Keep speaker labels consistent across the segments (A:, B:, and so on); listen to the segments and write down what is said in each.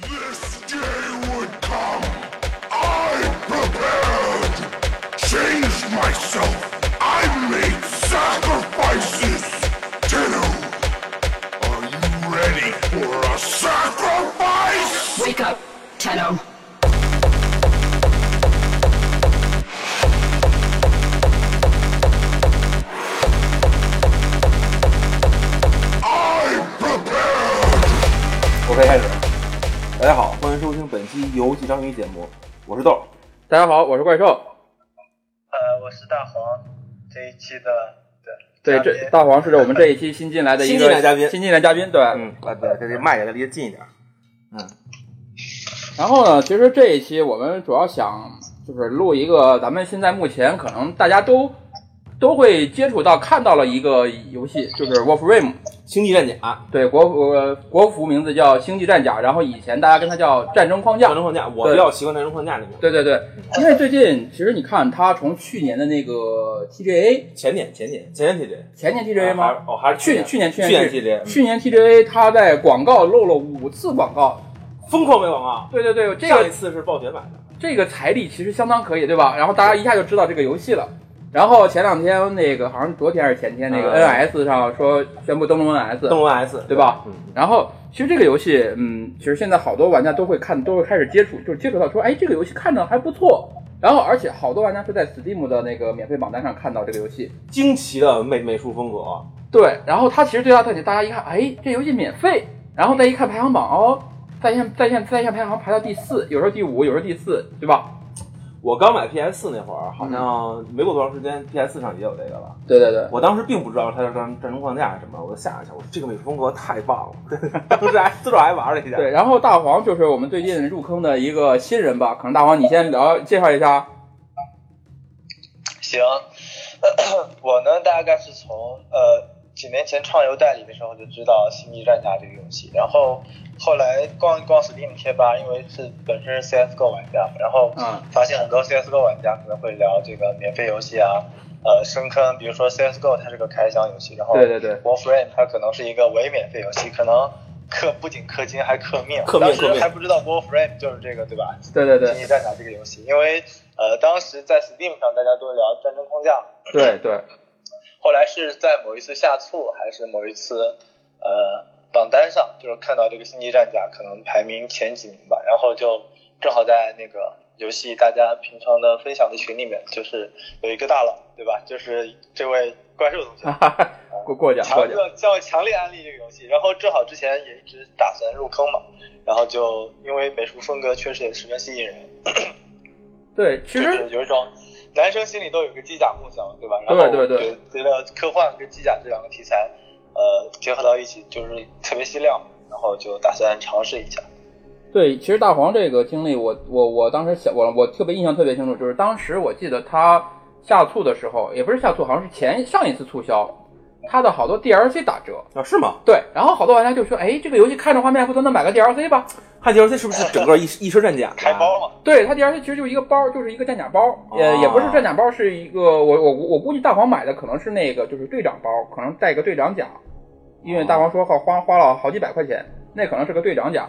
A: This day would come. I prepared, changed myself. I made sacrifices. Tenno, are you ready for a sacrifice?
B: Wake up, Tenno.
C: 我可以开始。大家好，欢迎收听本期《游戏章鱼》节目，我是豆儿。
D: 大家好，我是怪兽。
E: 呃，我是大黄，这一期的
D: 对，
E: 嘉宾
D: 这大黄是我们这一期新进来的一
C: 新
D: 个
C: 进来嘉宾
D: 新进来嘉宾对。
C: 嗯，啊对，这这麦给它离得近一点。
D: 然后呢，其实这一期我们主要想就是录一个咱们现在目前可能大家都都会接触到看到了一个游戏，就是《Warframe》。
C: 星际战啊甲，
D: 对，国服呃国服名字叫《星际战甲》，然后以前大家跟它叫《战争框架
C: 战》争。框架，我比
D: 对
C: 较习惯战争框架里面。
D: 对对对，因为最近其实你看它从去年的那个 TGA，
C: 前年，前年，前年 TJ，
D: 前年 TGA 吗？
C: 还是哦，还是
D: 去去
C: 去
D: 年
C: 去年嗯 TJ，
D: 去年 TGA 它在广告漏了五次广告。
C: 疯狂买广告。
D: 对对对，这
C: 啊上一
D: 个
C: 次是暴雪买的，
D: 这个财力其实相当可以，对吧？然后大家一下就知道这个游戏了。然后前两天那个好像昨天还是前天那个
C: 嗯
D: NS 上说宣布登陆 NS，
C: 动物 S
D: 对吧？
C: 嗯
D: 然后其实这个游戏，嗯，其实现在好多玩家都会看，都会开始接触，就是接触到说，哎，这个游戏看着还不错。然后而且好多玩家是在 Steam 的那个免费榜单上看到这个游戏。
C: 惊奇的美美术风格，
D: 对，然后它其实最大特点，大家一看，哎，这游戏免费，然后再一看排行榜哦，在线在线在线排行排到第四，有时候第五，有时候第四，对吧？
C: 我刚买 PS 4那会儿，好像
D: 嗯
C: 没过多长时间，PS 4上也有这个了。
D: 对对对，
C: 我当时并不知道它叫战战争框架是什么，我就下了一下，我说这个美术风格太棒 了， 当时还自个儿还玩了一下。
D: 对，然后大黄就是我们最近入坑的一个新人吧，可能大黄你先聊介绍一下。
E: 行，我呢大概是从呃几年前创游代理的时候就知道《星际战甲》这个游戏，然后后来逛一逛 Steam 贴吧，因为是本身是 CSGO 玩家，然后
D: 嗯
E: 发现很多 CSGO 玩家可能会聊这个免费游戏啊，呃深坑，比如说 CSGO 它是个开箱游戏，然后
D: 对对对
E: Warframe 它可能是一个伪免费游戏，可能氪不仅氪金还氪命，
C: 氪命
E: 当
C: 氪
E: 时
C: 命
E: 还不知道 Warframe 就是这个对吧？
D: 对对
E: 竞
D: 对
E: 技战甲这个游戏，因为呃当时在 Steam 上大家都聊战争框架，
D: 对对，
E: 后来是在某一次下促还是某一次呃榜单上，就是看到这个星际战甲可能排名前几名吧，然后就正好在那个游戏大家平常的分享的群里面，就是有一个大佬对吧，就是这位怪兽同学。
D: 过过奖过
E: 强
D: 奖。
E: 要叫我强烈安利这个游戏，然后正好之前也一直打算入坑嘛，然后就因为美术风格确实也十分吸引人，
D: 对，其
E: 就
D: 实
E: 是有一种男生心里都有个机甲梦想，对吧？
D: 对
E: 然后
D: 对对
E: 觉得科幻跟机甲这两个题材，呃，结合到一起就是特别吸亮，然后就打算尝试一下。
D: 对，其实大黄这个经历我，我我当时想，我我特别印象特别清楚，就是当时我记得他下促的时候，也不是下促，好像是前上一次促销，他的好多 DLC 打折。
C: 啊，是吗？
D: 对，然后好多玩家就说，哎，这个游戏看着画面还不错，那买个 DLC 吧。
C: 汉杰 l c 是不是整个 一一身战甲？啊
E: 开包嘛，
D: 对，它 DLC 其实就是一个包，就是一个战甲包，也、
C: 哦
D: 也不是战甲包，是一个我我我估计大黄买的可能是那个就是队长包，可能带个队长甲，因为大黄说好花花了好几百块钱，那可能是个队长甲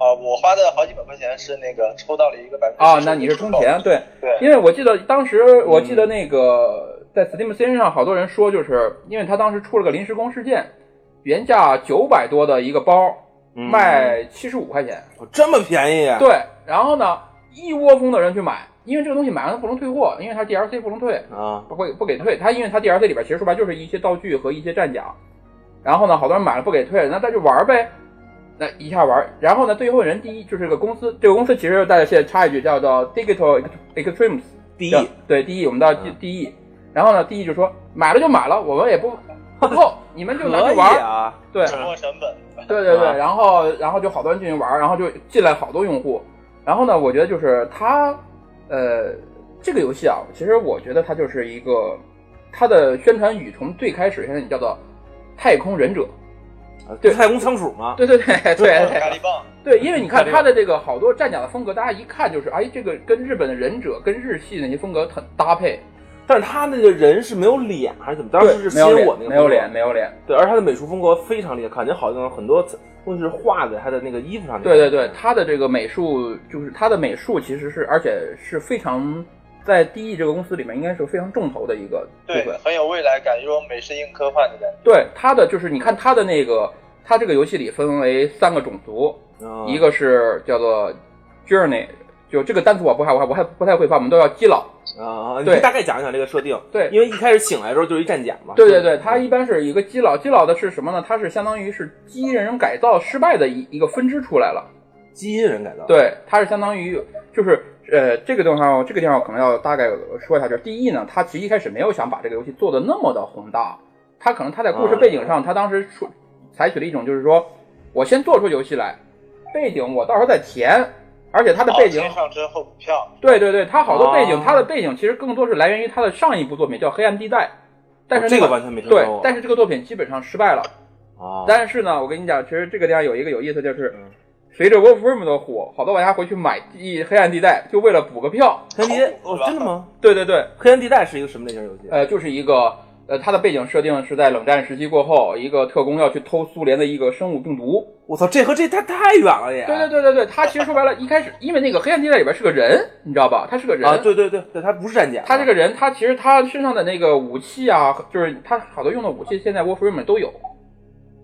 E: 啊、我花的好几百块钱是那个抽到了一个百分之
D: 啊，那你是充钱对。
E: 对，
D: 因为我记得当时，我
C: 嗯
D: 记得那个在 Steam 新上，好多人说，就是因为他当时出了个临时工事件，原价九百多的一个包，
C: 嗯
D: 卖七十五块钱。
C: 哦这么便宜啊？
D: 对，然后呢，一窝蜂的人去买，因为这个东西买完了不能退货，因为它 DLC 不能退，
C: 啊，
D: 不会不给退。它因为它 DLC 里边其实说白就是一些道具和一些战甲，然后呢，好多人买了不给退，那再去玩呗。那一下玩，然后呢，最后人第一就是这个公司，这个公司其实大家现在插一句叫做 Digital Extremes，
C: 第一
D: 对对第一，我们到第
C: 嗯
D: 第一，然后呢，第一就说买了就买了，我们也不不扣，你们就拿
C: 可
D: 去
C: 以
D: 玩儿。
C: 啊，
D: 对
E: 沉没成本。
D: 对对
C: 啊
D: 对，然后然后就好多人进去玩儿，然后就进来好多用户。然后呢，我觉得就是它，呃，这个游戏啊，其实我觉得它就是一个它的宣传语从最开始现在你叫做太空忍者，对
C: 太空仓鼠嘛，
D: 对对对对对
E: 咖喱棒，
D: 对，因为你看
C: 对
D: 它的这个好多战甲的风格，大家一看就是，哎，这个跟日本的忍者跟日系那些风格很搭配。
C: 但是他那个人是没有脸还是怎么？当
D: 对
C: 时是吸
D: 没有
C: 引
D: 脸
C: 我那个
D: 没有
C: 风格
D: 脸，没有脸。
C: 对，而且他的美术风格非常厉害，感觉好像很多东西是画在他的那个衣服上。
D: 对对对，他的这个美术就是他的美术其实是，而且是非常在 DE 这个公司里面应该是非常重头的一个部
E: 对
D: 分，。
E: 很有未来感，有种美式硬科幻的感觉。
D: 对他的就是你看他的那个，他这个游戏里分为三个种族，
C: 嗯
D: 一个是叫做 Journey，就这个单词我不还我还我还不太会发，我们都要基佬。
C: 啊，你
D: 对
C: 大概讲一讲这个设定。
D: 对
C: 因为一开始醒来的时候就是一战甲嘛。
D: 对对对，它一般是一个基佬，基佬的是什么呢？它是相当于是基因人改造失败的一一个分支出来了。
C: 基因人改造。，
D: 对，它是相当于就是呃，这个地方这个地方我可能要大概说一下，就是第一呢，它其实一开始没有想把这个游戏做的那么的宏大，它可能它在故事
C: 嗯
D: 背景上，它当时说采取了一种就是说我先做出游戏来，背景我到时候再填，而且它的背景
E: 先上车后补票，
D: 对对对，它好多背景，
C: 哦
D: 它的背景其实更多是来源于它的上一部作品叫《黑暗地带》，但是、
C: 哦
D: 那
C: 这个完全没听说
D: 对
C: 过，
D: 但是这个作品基本上失败了。
C: 啊，
D: 但是呢，我跟你讲，其实这个地方有一个有意思，就是
C: 嗯
D: 随着 Wolf Room 的火，好多玩家回去买一《黑暗地带》，就为了补个票。
C: 黑暗地带，
E: 恐怖
C: 哦
E: 是，吧
C: 真的吗？
D: 对对对，
C: 黑暗地带是一个什么类型游戏？
D: 呃，就是一个呃，它的背景设定是在冷战时期过后，一个特工要去偷苏联的一个生物病毒。
C: 我操，这和这太太远了也。
D: 对对对对对，它其实说白了，一开始因为那个《黑暗地带》里边是个人，你知道吧？他是个人
C: 啊，对对对对，他不是啊战甲。
D: 他这个人，他其实他身上的那个武器啊，就是他好多用的武器，现在 Warframe 里都有。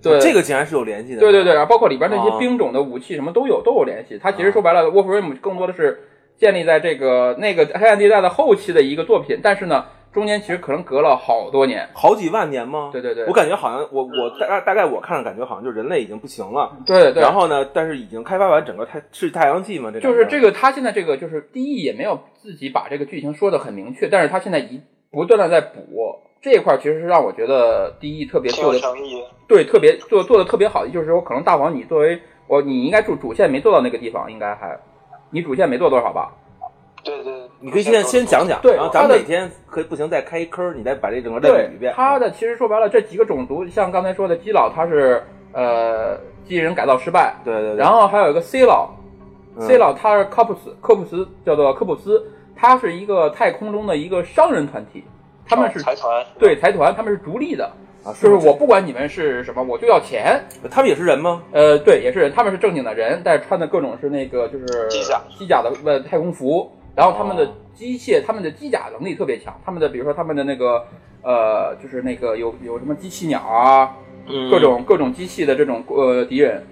D: 对，
C: 这个竟然是有联系的。
D: 对对对，然后包括里边那些
C: 啊
D: 兵种的武器什么都有，都有联系。他其实
C: 啊
D: 说白了，Warframe 更多的是建立在这个那个黑暗地带的后期的一个作品，但是呢，中间其实可能隔了好多年。
C: 好几万年吗？
D: 对对对
C: 我感觉好像我我大大概我看着感觉好像就人类已经不行了，
D: 对嗯对对，
C: 然后呢，但是已经开发完整个太是太阳系嘛，这
D: 就是这
C: 个
D: 个他现在这个就是第一也没有自己把这个剧情说的很明确，但是他现在一不断的在补这一块儿，其实是让我觉得第一特别
E: 挺
D: 做
E: 有
D: 的
E: 诚意的。
D: 对，特别做做的特别好的就是说，可能大王你作为我，你应该主主线没做到那个地方，应该还你主线没做多少吧？
E: 对对，对
C: 你可以现在先讲讲，
D: 对
C: 然后咱
D: 他
C: 们
D: 的
C: 哪天可以不行再开一坑，你再把这整个再捋一遍。啊嗯
D: 他的其实说白了，这几个种族，像刚才说的基佬，他是呃基人改造失败，
C: 对对对，
D: 然后还有一个 C 佬、
C: 嗯
D: c 佬他是科普斯，科普斯叫做科普斯，他是一个太空中的一个商人团体，他们是、
E: 哦财团，
D: 对财团，他们是逐利的，
C: 啊
D: 就是
C: 吗
D: 我不管你们是什么，我就要钱，
C: 他们也是人吗？
D: 呃，对，也是人，他们是正经的人，但是穿的各种是那个就是
E: 机甲
D: 机甲的呃太空服，然后他们的
C: 哦
D: 机械，他们的机甲能力特别强，他们的比如说他们的那个呃就是那个有有什么机器鸟啊，
C: 嗯
D: 各种各种机器的这种呃敌人，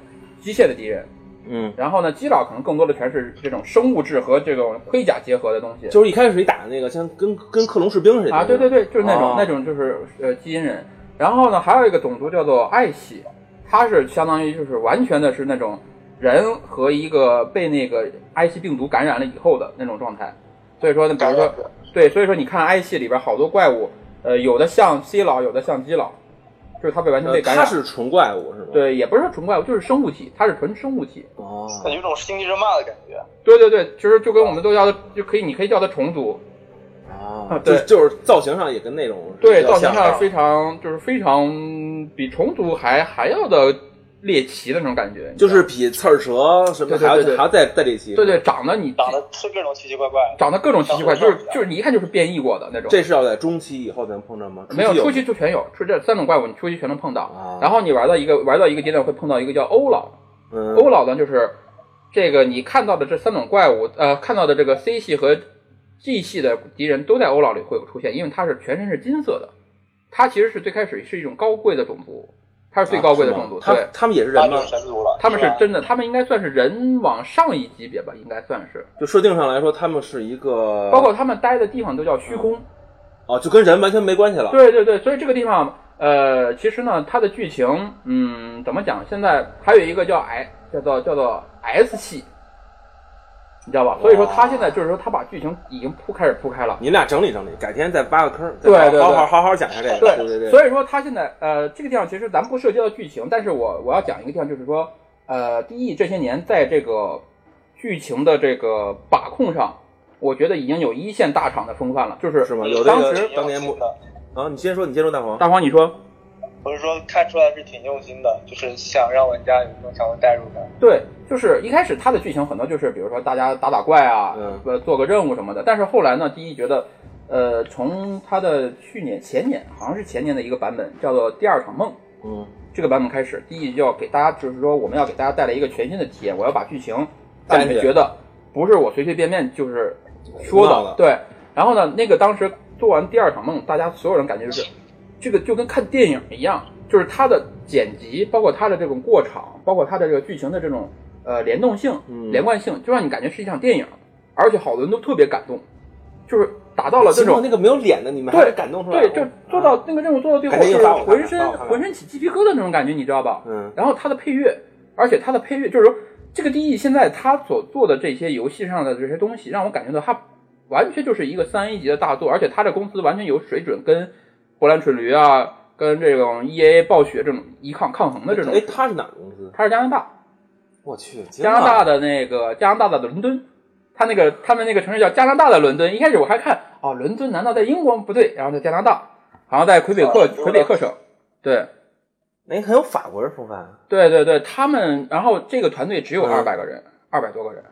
D: 机械的敌人，
C: 嗯，
D: 然后呢，基佬可能更多的全是这种生物质和这种盔甲结合的东西，
C: 就是一开始你打的那个，像跟跟克隆士兵似的
D: 啊，对对，对，就是那种、
C: 哦
D: 那种就是呃基因人。然后呢，还有一个种族叫做爱系，它是相当于就是完全的是那种人和一个被那个埃及病毒感染了以后的那种状态。所以说呢，比如
E: 感
D: 说
C: 哦
E: 染者
D: 对，所以说你看埃系里边好多怪物，呃，有的像 C 佬，有的像基佬，就是它被完全
C: 呃
D: 被感
C: 他
D: 染。
C: 是纯怪物是吗？，
D: 对，也不是说纯怪物，就是生物体，它是纯生物体。
C: 哦，
E: 有一种星际争霸的感觉。
D: 对对对，其实就跟我们都叫它，就可以，你可以叫它虫族，
C: 啊，
D: 对
C: 就就是造型上也跟那种
D: 对，
C: 比较
D: 造型
C: 像啊
D: 上非常就是非常比虫族还还要的猎奇的那种感觉，你知
C: 就
D: 道
C: 是
D: 吗
C: 比刺儿蛇什么
D: 对对
C: 还要
D: 对对
C: 还要再再这期，
D: 对对，长得你
E: 长得是各种奇奇怪怪的，
D: 长得各种奇奇怪，
E: 长
D: 就
E: 得
D: 是就是你一看就是变异过的那种。
C: 这是要在中期以后咱碰着吗？
D: 没有
C: 初
D: 初
C: 期
D: 期就全有，出这三种怪物你初期全能碰到
C: 啊，
D: 然后你玩到一个玩到一个阶段会碰到一个叫欧老，
C: 有嗯
D: 欧老呢就是这个你看到的这三种怪物，呃，看到的这个 C 系和 G 系的敌人都在欧老里会有出现，因为它是全身是金色的，它其实是最开始是一种高贵的种族，它
C: 啊
D: 是最高贵的种族，
C: 他
D: 对。
C: 他们也是
E: 八
C: 人吗
E: 九？神族了。
D: 他们是
E: 吧
D: 真的，他们应该算是人往上一级别吧，应该算是。
C: 就设定上来说，他们是一个，
D: 包括他们待的地方都叫虚空。
C: 哦，就跟人完全没关系了。
D: 对对对，所以这个地方，呃，其实呢，它的剧情，嗯，怎么讲？现在还有一个叫 I，叫做叫做 S 系，你知道吧？所以说他现在就是说他把剧情已经铺开始铺开了。
C: 你们俩整理整理，改天再挖个坑，
D: 对
C: 再
D: 对
C: 好
D: 对
C: 好好好讲一下这个。对对对，以
D: 所以说他现在呃，这个地方其实咱不涉及到剧情，但是我我要讲一个地方，就是说，呃，第一，这些年在这个剧情的这个把控上，我觉得已经有一线大厂的风范了，就是
C: 是吗？有这
D: 当
C: 个
D: 时
E: 挺
C: 当
E: 用
C: 年
E: 心
C: 模
E: 的，
C: 啊，你先说，你先说，大黄。
D: 大黄，你说
E: 我是说看出来是挺用心的，就是想让玩家有更强的代入感。
D: 对，就是一开始它的剧情很多就是，比如说大家打打怪啊，
C: 嗯
D: 呃，做个任务什么的。但是后来呢，第一觉得，呃，从它的去年前年好像是前年的一个版本叫做《第二场梦》，
C: 嗯，
D: 这个版本开始，第一集就要给大家，就是说我们要给大家带来一个全新的体验，我要把剧情让你们觉得不是我随随便便就是说
C: 胡闹的
D: 的，对。然后呢，那个当时做完第二场梦，大家所有人感觉就是，这个就跟看电影一样，就是它的剪辑，包括它的这种过场，包括它的这个剧情的这种呃联动性、
C: 嗯
D: 连贯性，就让你感觉是一场电影，而且好多人都特别感动，就是达到了这
C: 秦
D: 种
C: 梦那个没有脸的，你们还
D: 对
C: 是感动出来了。
D: 对，就做到那个任务做到最后，
C: 感觉
D: 就
C: 又
D: 是
C: 发我
D: 浑
C: 看看
D: 身
C: 发我看看
D: 浑身起鸡皮疙瘩那种感觉，你知道吧？
C: 嗯
D: 然后它的配乐，而且它的配乐就是说，这个 DE 现在它所做的这些游戏上的这些东西，让我感觉到它完全就是一个三 A 级的大作，而且它的公司完全有水准，跟波兰蠢驴啊，跟这种 EA 暴雪这种一抗抗衡的这种
C: 哎，。他是哪个公司？
D: 它是加拿大，
C: 我去，啊
D: 加拿大
C: 的
D: 的那个加拿大的伦敦。它那个他们那个城市叫加拿大的伦敦，一开始我还看哦，伦敦难道在英国不对？然后在加拿大，好像在魁北克
E: 哦
D: 魁北克省，对，
C: 哎，很有法国人风范。
D: 对对对，他们，然后这个团队只有
C: 嗯
D: 二百个人，二百、多个人，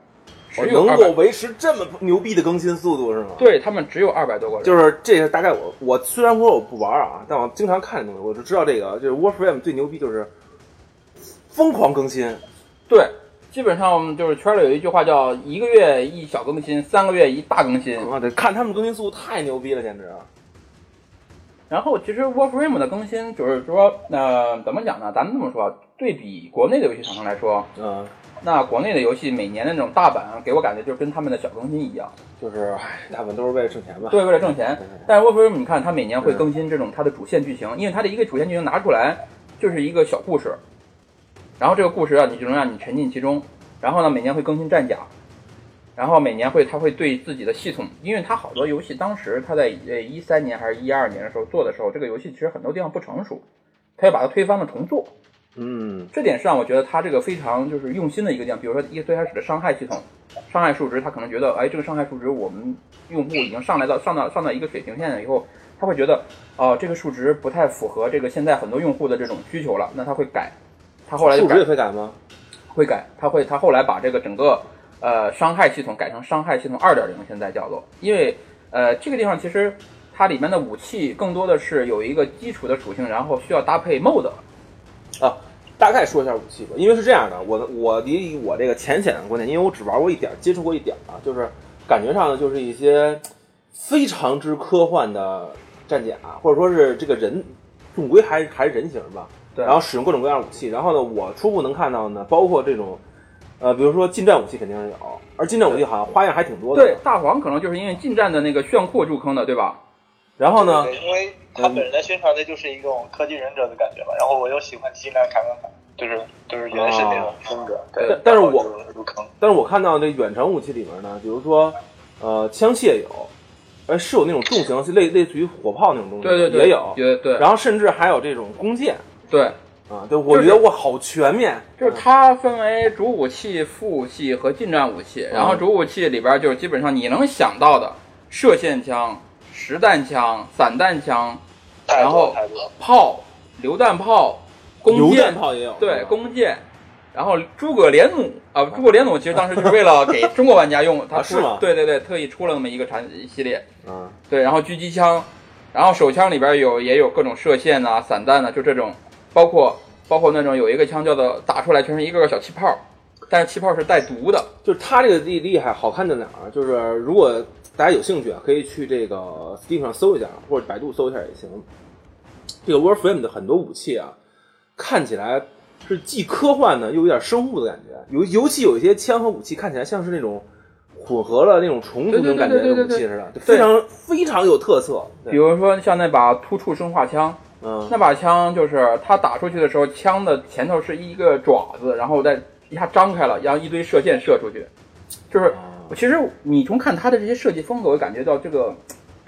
C: 我
D: 只有
C: 能
D: 二
C: 够
D: 百，
C: 维持这么牛逼的更新速度是吗？
D: 对他们只有二百多个人，
C: 就是这是大概我我虽然说我不玩啊，但我经常看这东西，我就知道这个就是 Warframe 最牛逼就是疯狂更新，
D: 对，基本上就是圈里有一句话叫一个月一小更新，三个月一大更新。
C: 啊，对，看他们更新速度太牛逼了，简直啊！
D: 然后其实 Warframe 的更新就是说，呃，怎么讲呢？咱们这么说，对比国内的游戏厂商来说，
C: 嗯，
D: 那国内的游戏每年的那种大版，给我感觉就跟他们的小更新一样，
C: 就是唉，大部分都是为了挣钱吧。
D: 对，为了挣钱
C: 对对。
D: 但是 Warframe 你看，它每年会更新这种它的主线剧情，因为它的一个主线剧情拿出来就是一个小故事，然后这个故事啊，你就能让你沉浸其中。然后呢，每年会更新战甲，然后每年会它会对自己的系统，因为它好多游戏当时它在呃一三年还是一二年的时候做的时候，这个游戏其实很多地方不成熟，它要把它推翻了重做。
C: 嗯，
D: 这点是让我觉得他这个非常就是用心的一个地方。比如说，一最开始的伤害系统，伤害数值，他可能觉得，哎，这个伤害数值我们用户已经上来到上到上到一个水平线了以后，他会觉得，哦、这个数值不太符合这个现在很多用户的这种需求了，那他会改。他后来就
C: 数值
D: 改
C: 也会改吗？
D: 会改，他会他后来把这个整个呃伤害系统改成伤害系统二点零，现在叫做，因为呃这个地方其实它里面的武器更多的是有一个基础的属性，然后需要搭配 mod，
C: 啊，大概说一下武器吧，因为是这样的，我的我以我这个浅显的观点，因为我只玩过一点儿，接触过一点儿啊，就是感觉上呢，就是一些非常之科幻的战甲，啊或者说是这个人，终归还是还是人形吧。
D: 对
C: 然后使用各种各样的武器，然后呢，我初步能看到呢，包括这种，呃，比如说近战武器肯定是有，而近战武器好像花样还挺多的。
D: 对，，大黄可能就是因为近战的那个炫酷入坑的，对吧？
C: 然后呢，
E: 对，因为他
D: 嗯
E: 本人在宣传的就是一种科技忍者的感觉嘛，然后我又喜欢进来砍砍砍，就是就是原始那
D: 哦
E: 种风格。对
C: 但，但是
E: 然后
C: 我
E: 就入坑，
C: 但是我看到这远程武器里面呢，比如说，呃，枪械有，呃，是有那种重型，是类类似于火炮那种东西，
D: 对对对，
C: 也有。
D: 也对
C: 然后甚至还有这种弓箭
D: 对，
C: 啊，对，我觉
D: 就是
C: 得我好全面，啊
D: 就是它分为主武器、副武器和近战武器。
C: 嗯
D: 然后主武器里边就是基本上你能想到的射线枪、实弹枪、散弹枪、
E: 太
D: 然后
E: 多太多。
D: 炮、榴弹炮、弓
C: 榴弹
D: 箭，
C: 炮也有，
D: 对，
C: 嗯
D: 弓箭。然后诸葛连弩啊，诸葛连弩其实当时就是为了给中国玩家用，它
C: 啊
D: 出
C: 是吗
D: 对对对，特意出了那么一个产系列。
C: 啊，
D: 对，然后狙击枪，然后手枪里边有也有各种射线呐、散弹呐、就这种，包括包括那种有一个枪叫做打出来全是一个个小气泡，但是气泡是带毒的。
C: 就是它这个厉厉害，好看在哪儿？就是如果大家有兴趣啊，可以去这个 Steam 上搜一下，或者百度搜一下也行。这个 Warframe 的很多武器啊，看起来是既科幻呢，又有点生物的感觉。尤尤其有一些枪和武器看起来像是那种混合了那种虫族那种感觉的武器似的，就非常非常有特色。
D: 比
C: 对，
D: 如说像那把突触生化枪，
C: 嗯，
D: 那把枪就是它打出去的时候，枪的前头是一个爪子，然后再一下张开了，然后一堆射线射出去。
C: 哦
D: 就是其实你从看它的这些设计风格，我感觉到这个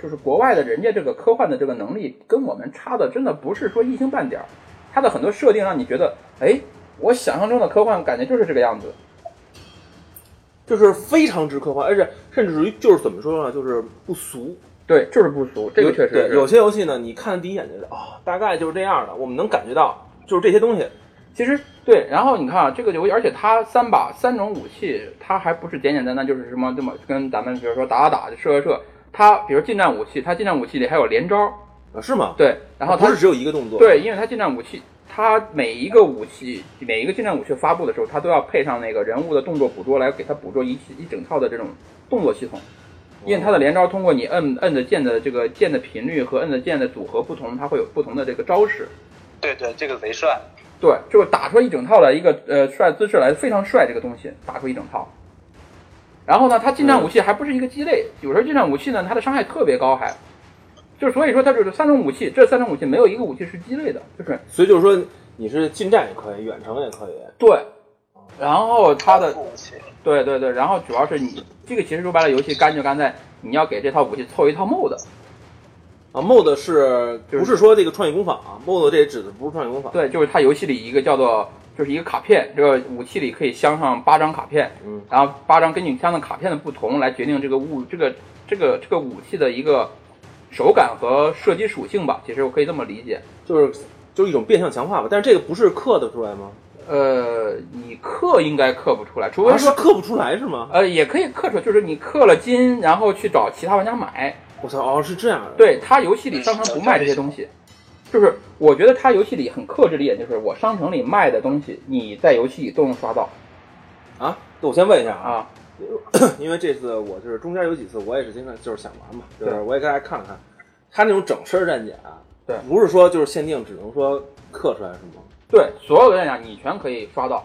D: 就是国外的人家这个科幻的这个能力跟我们差的真的不是说一星半点儿。它的很多设定让你觉得，哎，我想象中的科幻感觉就是这个样子。
C: 就是非常之科幻，而且甚至于就是怎么说呢，就是不俗。
D: 对，就是不俗，这个确实
C: 对
D: 是
C: 有些游戏呢，你看第一眼就是啊、大概就是这样的，我们能感觉到就是这些东西。
D: 其实对，然后你看啊，这个游戏，而且它三把三种武器，它还不是简简单单就是什么这么跟咱们比如说打打打射射射，它比如近战武器，它近战武器里还有连招，
C: 啊，是吗？
D: 对，然后它
C: 不是只有一个动作，
D: 对，因为它近战武器，它每一个武器、每一个近战武器发布的时候，它都要配上那个人物的动作捕捉，来给它捕捉一系一整套的这种动作系统。因为它的连招通过你摁摁的键的这个键的频率和摁的键的组合不同，它会有不同的这个招式。
E: 对对，这个贼帅，
D: 对，就是打出一整套的一个呃帅姿势来，非常帅这个东西，打出一整套。然后呢，它近战武器还不是一个鸡肋，有时候近战武器呢，它的伤害特别高还，就是所以说它就是三种武器，这三种武器没有一个武器是鸡肋的，就是
C: 所以就是说你是近战也可以，远程也可以。
D: 对。然后它的
E: 超酷武器，
D: 对对对，然后主要是你这个其实说白了，游戏干就干在你要给这套武器凑一套 mod，
C: 啊，mod 是
D: 就
C: 不
D: 是
C: 是说这个创意工坊啊？mod 这指的不是创意工坊。
D: 对，就是它游戏里一个叫做就是一个卡片，这个武器里可以镶上八张卡片，
C: 嗯，
D: 然后八张根据镶的卡片的不同来决定这个物这个这个这个武器的一个手感和射击属性吧，其实我可以这么理解。
C: 就是就是一种变相强化吧。但是这个不是刻的出来吗？
D: 呃，你刻应该刻不出来，除
C: 我
D: 非
C: 是啊说
D: 说、
C: 刻不出来是吗？
D: 呃也可以刻出来，就是你刻了金，然后去找其他玩家买。
C: 我操，哦，是这样的。，
D: 对他游戏里商城不卖这些东西，就是我觉得他游戏里很克制的一点就是我商城里卖的东西，你在游戏里都能刷到
C: 啊，那我先问一下啊，
D: 啊。
C: 因为这次我就是中间有几次我也是经常就是想玩嘛，就是
D: 对
C: 我也给大家看了看，他那种整身战甲，啊
D: 对
C: 不是说就是限定只能说刻出来是吗？
D: 对，所有的战甲你全可以刷到，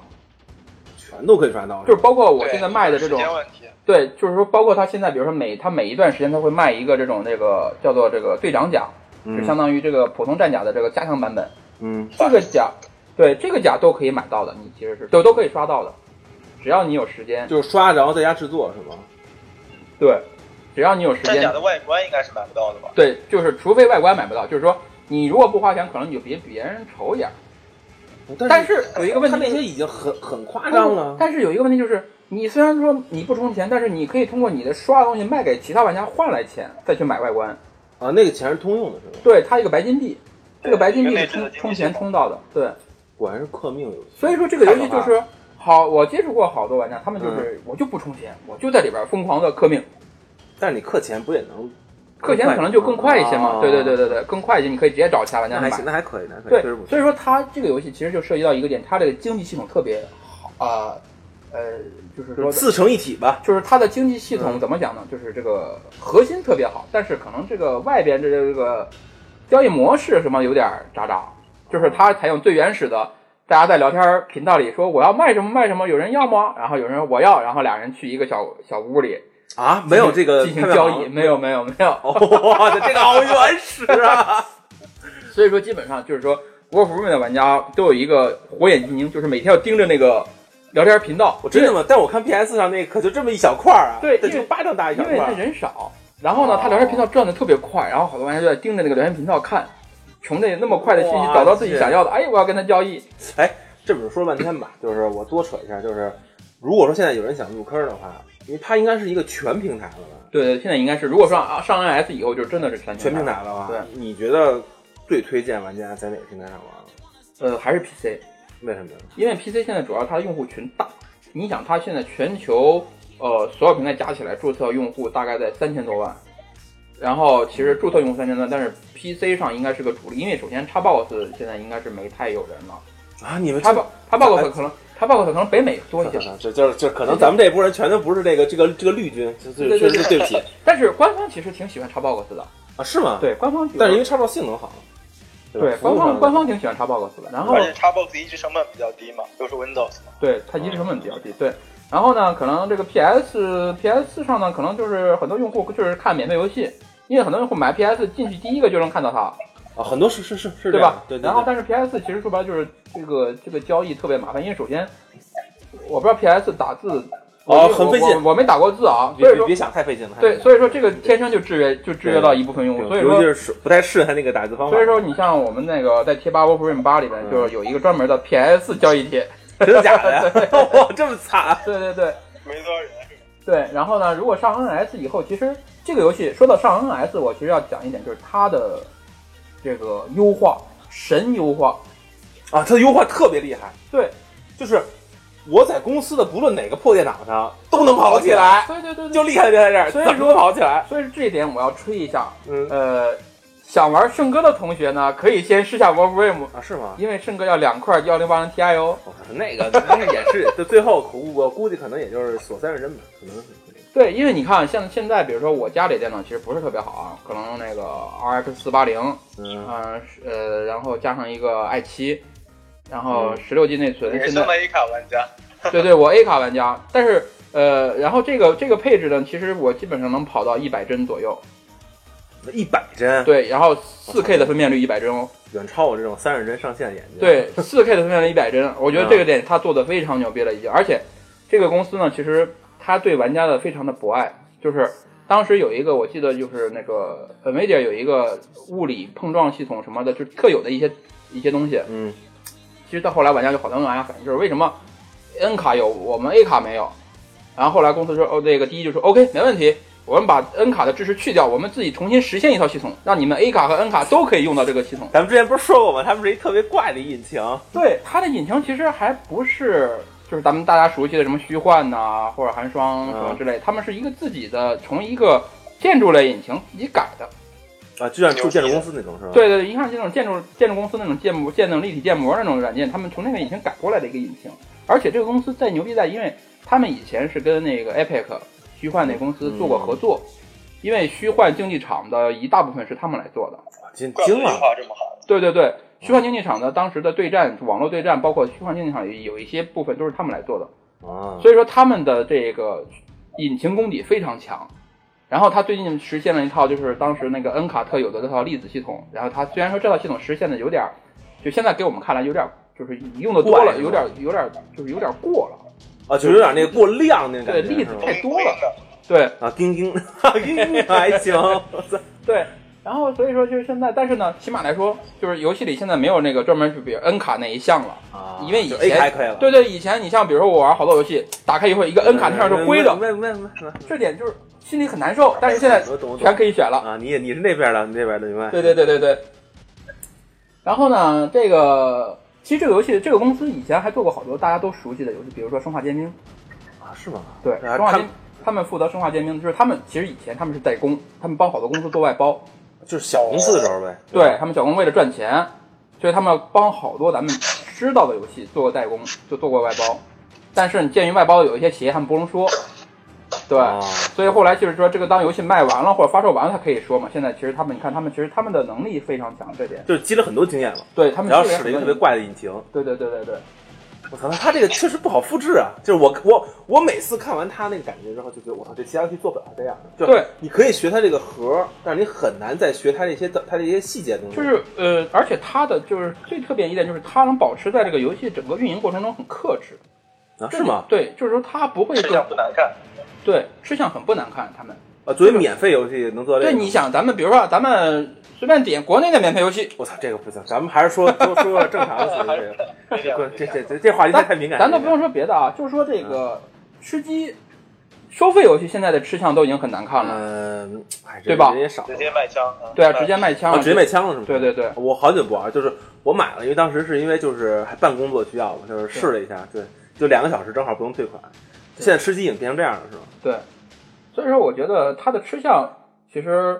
C: 全都可以刷到，
D: 就是包括我
E: 嗯对
D: 现在卖的这种
E: 时，间问题，
D: 对，就是说包括他现在，比如说每他每一段时间他会卖一个这种这个叫做这个队长甲，
E: 嗯
D: 就相当于这个普通战甲的这个加强版本，
C: 嗯，
D: 这个甲，对这个甲都可以买到的，你其实是都都可以刷到的，只要你有时间，
C: 就是刷然后在家制作是吗？
D: 对，只要你有时
E: 战
D: 间
E: 甲，的外观应该是买不到的吧？
D: 对，就是除非外观买不到，就是说你如果不花钱，可能你就比别人丑一点。但是有一个问
C: 他
D: 题
C: 那
D: 就是
C: 些已经很很夸张了，
D: 但是有一个问题就是，你虽然说你不充钱，但是你可以通过你的刷的东西卖给其他玩家换来钱，再去买外观。
C: 啊，那个钱是通用的是吗？
D: 对，它一个白金币，这个白金币
E: 对
D: 是
E: 一个内置的
D: 充
E: 经济
D: 充
E: 系
D: 钱
E: 统
D: 充到的。对，
C: 果然是克命游戏，
D: 所以说这个游戏就
C: 太可怕
D: 是好，我接触过好多玩家，他们就是、
C: 嗯
D: 我就不充钱，我就在里边疯狂的氪命，
C: 但是你刻钱不也能
D: 氪钱可能就更快一些嘛。
C: 哦
D: 对对对对对，更快一些，你可以直接找其他玩家
C: 那
D: 买
C: 还。行，那还可以，那还可以，
D: 对
C: 确实不，错。
D: 所以说它这个游戏其实就涉及到一个点，它这个经济系统特别好啊、呃，就是
C: 就是
D: 说
C: 自成一体吧。
D: 就是它的经济系统怎么讲呢？就是这个核心特别好，但是可能这个呃外边这这个交易模式什么有点儿渣渣，就是它采用最原始的，大家在聊天儿频道里说我要卖什么卖什么，有人要吗？然后有人说我要，然后俩人去一个小小屋里
C: 啊，没有这个
D: 进行交易， 没
C: 有。
D: 有没有没有，
C: 哇塞，这个好原始啊！
D: 所以说基本上就是说 War f r e e 的玩家都有一个火眼金睛，就是每天要盯着那个聊天频道，
C: 我真的吗？但我看 PS 上那可就这么一小块儿啊，
D: 对
C: 这
D: 因为
C: 就巴掌大一小
D: 因为
C: 块
D: 他
C: 儿。
D: 人少，然后呢，他聊天频道转的特别快，然后好多玩家就在盯着那个聊天频道看，穷的也那么快的信息
C: 哇
D: 找到自己
C: 塞
D: 想要的，哎，我要跟他交易。
C: 哎，这么说了半天吧，就是我多扯一下，就是如果说现在有人想入坑的话，因为它应该是一个全平台了吧？
D: 对对，现在应该是，如果上啊上 NS 以后，就真的是全
C: 全平
D: 台，
C: 台了吧？
D: 对，
C: 你觉得最推荐玩家在哪个平台上玩？
D: 呃，还是 PC，
C: 为什么呀？
D: 因为 PC 现在主要它的用户群大，你想它现在全球呃所有平台加起来注册用户大概在三千多万。然后其实注册用户三千多万，但是 PC 上应该是个主力，因为首先 Xbox 现在应该是没太有人了
C: 啊，你们这
D: ，Xbox Xbox 可能 Xbox 可能北美多一些，
C: 这这这可能咱们这一波人全都不是这个这个这个绿军，这这
D: 对
C: 确
D: 对
C: 实是对不起
D: 但是官方其实挺喜欢 Xbox 的，
C: 啊，是吗？，
D: 对，官方，
C: 但是因为叉 box 性能好，吧
D: 对官
C: 服务
D: 方
C: 上
D: 官方挺喜欢 Xbox 的，然后
E: 而且 Xbox 移植成本比较低嘛，又是 Windows 嘛，
D: 对它移植成本比较低，对，然后呢，可能这个 PS PS 上呢，可能就是很多用户就是看免费游戏，因为很多用户买 PS 进去第一个就能看到它，
C: 啊，很多是是是是这
D: 对
C: 样
D: 吧
C: 的，？对对。
D: 然后
C: 对
D: 但是 PS 其实说白了就是这个这个交易特别麻烦，因为首先我不知道 PS 打字。
C: 哦
D: 我
C: 很费劲
D: 我我我没打过字啊，所
C: 别
D: 以
C: 别
D: 说
C: 别想太费劲了。太费
D: 对，
C: 劲
D: 所以说这个天生就制约就制约到一部分用户，
C: 了
D: 所以说
C: 尤其是不太适合那个打字方法。
D: 所以说，你像我们那个在贴吧 Warframe 八里边，就是有一个专门的 PS 交易贴。
C: 真的假的 呀？哇，这么惨！啊
D: 对对对
E: 没多少人。
D: 对。然后呢，如果上 NS 以后，其实这个游戏说到上 NS，我其实要讲一点，就是它的这个优化，神优化。
C: 啊，它的优化特别厉害，
D: 对，
C: 就是我在公司的不论哪个破电脑上都能跑起来，
D: 对对对对。
C: 就厉害就在这儿，
D: 所以
C: 怎么都跑起来。
D: 所以这一点我要吹一下。
C: 嗯
D: 呃，想玩圣哥的同学呢，可以先试下 Warframe，
C: 啊，是吗？
D: 因为圣哥要两块幺零八零 Ti 哦。
C: 我靠，那个那个也是，就最后我我估计可能也就是锁三十帧吧，可能
D: 对，因为你看，像现在，比如说我家里电脑其实不是特别好啊，可能那个 RX 四八零，
C: 嗯，
D: 嗯呃，然后加上一个 i 七，然后十六 G 内存，
E: 你是
D: 现
E: 这
D: 在
E: 么一卡玩家，
D: 对对，我 A 卡玩家，但是呃，然后这个这个配置呢，其实我基本上能跑到一百帧左右，
C: 一百帧，，
D: 对，然后四 K 的分辨率一百帧哦，
C: 远超我这种三十帧上限的眼睛。
D: 对，四 K 的分辨率一百帧，我觉得这个点他做的非常牛逼了，已经。而且这个公司呢，其实他对玩家的非常的博爱，就是当时有一个我记得就是那个 NVIDIA 有一个物理碰撞系统什么的，就是特有的一些一些东西。
C: 嗯，
D: 其实到后来玩家就好多玩家反映，就是为什么 N 卡有我们 A 卡没有？然后后来公司说，哦，这个第一就说 OK 没问题。我们把 N 卡的支持去掉，我们自己重新实现一套系统，让你们 A 卡和 N 卡都可以用到这个系统。
C: 咱们之前不是说过吗？他们是一特别怪的引擎，啊
D: 对，它的引擎其实还不是就是咱们大家熟悉的什么虚幻呐、或者寒霜什么之类，他们是一个自己的从一个建筑类引擎自己改的。
C: 啊，就像住建筑公司那种是吧？，
D: 对对，对，一看这种建筑建筑公司那种建模、建那种立体建模那种软件，他们从那个引擎改过来的一个引擎。而且这个公司在牛逼在，因为他们以前是跟那个 Epic 虚幻那公司做过合作，因为虚幻竞技场的一大部分是他们来做的。
C: 啊惊
E: 怪不得
C: 惊
E: 优
C: 了，
E: 化这么好呢。
D: 对对对，虚幻竞技场的当时的对战，网络对战，包括虚幻竞技场有有一些部分都是他们来做的，
C: 啊，
D: 所以说他们的这个引擎功底非常强。然后他最近实现了一套，就是当时那个恩卡特有的这套粒子系统。然后他虽然说这套系统实现的有点儿，就现在给我们看来有点儿，就是用的多
C: 怪
D: 了，
C: 是吧
D: 有点儿有点儿就是有点儿过了。
C: 啊，就有点那个过量那个感觉，
D: 对粒子
C: 是吧
D: 太多了
E: 了，
D: 对
C: 啊，叮叮叮 叮还行，我操
D: 对，然后所以说就是现在，但是呢，起码来说，就是游戏里现在没有那个专门就比如恩卡那一项了。
C: 啊
D: 因为以
C: 就
D: 前
C: A 开亏了，
D: 对对，以前你像比如说我玩好多游戏，打开以后一个 N 卡
C: 嗯
D: 那上是灰的，
C: 没没没没，
D: 这点就是心里很难受。但是现在
C: 我懂我懂
D: 全可以选了，
C: 啊，你也你是那边的，你那边的明白？
D: 对对对对对。然后呢，这个其实这个游戏这个公司以前还做过好多大家都熟悉的游戏，比如说《生化尖兵》，
C: 啊，是吗？
D: 对，
C: 啊
D: 《生化
C: 他
D: 尖》他们负责《生化尖兵》，就是他们其实以前他们是代工，他们帮好多公司做外包，
C: 就是小公司的时候呗，
D: 对他们小工为了赚钱，所以他们帮好多咱们知道的游戏做过代工，就做过外包。但是你鉴于外包有一些企业他们不能说，对，
C: 啊
D: 所以后来就是说这个当游戏卖完了或者发售完了，他可以说嘛。现在其实他们你看他们其实他们的能力非常强，这点
C: 就是积了很多经验了，
D: 对他们
C: 然后
D: 确实
C: 使了一个
D: 很
C: 特别怪的引擎，
D: 对对对对对
C: 我操，那他这个确实不好复制啊！就是我我我每次看完他那个感觉之后，就觉得我操，这其他游戏做不了他这样的。就是
D: 对
C: 你可以学他这个核，但是你很难再学他这些他这些细节的东西。
D: 就是呃，而且他的就是最特别一点就是他能保持在这个游戏整个运营过程中很克制，
C: 啊，是吗？
D: 对，就是说他不会
E: 这样不难 看。
D: 对吃相很不难看，他们。
C: 啊，作为免费游戏能做这个，
D: 对，你想，咱们比如说，啊咱们随便点国内的免费游戏，
C: 我操，这个不行，咱们还是说说说正常的游戏。
E: 这
C: 这
E: 样
C: 个这这这这话题太太敏感了，
D: 咱都不用说别的啊，就是说这个吃鸡收费游戏现在的吃相都已经很难看了，
C: 嗯，哎，这
D: 对吧
C: 人也少
E: 直。接卖枪，嗯
D: 对啊，直接卖枪
C: 啊，
D: 了，
C: 直接卖枪了是吗？
D: 对对对
C: 我好久不玩，就是我买了，因为当时是因为就是还办工作需要嘛，就是试了一下，对，就两个小时正好不用退款。现在吃鸡已经变成这样了是吗？
D: 对，所以说我觉得它的吃相其实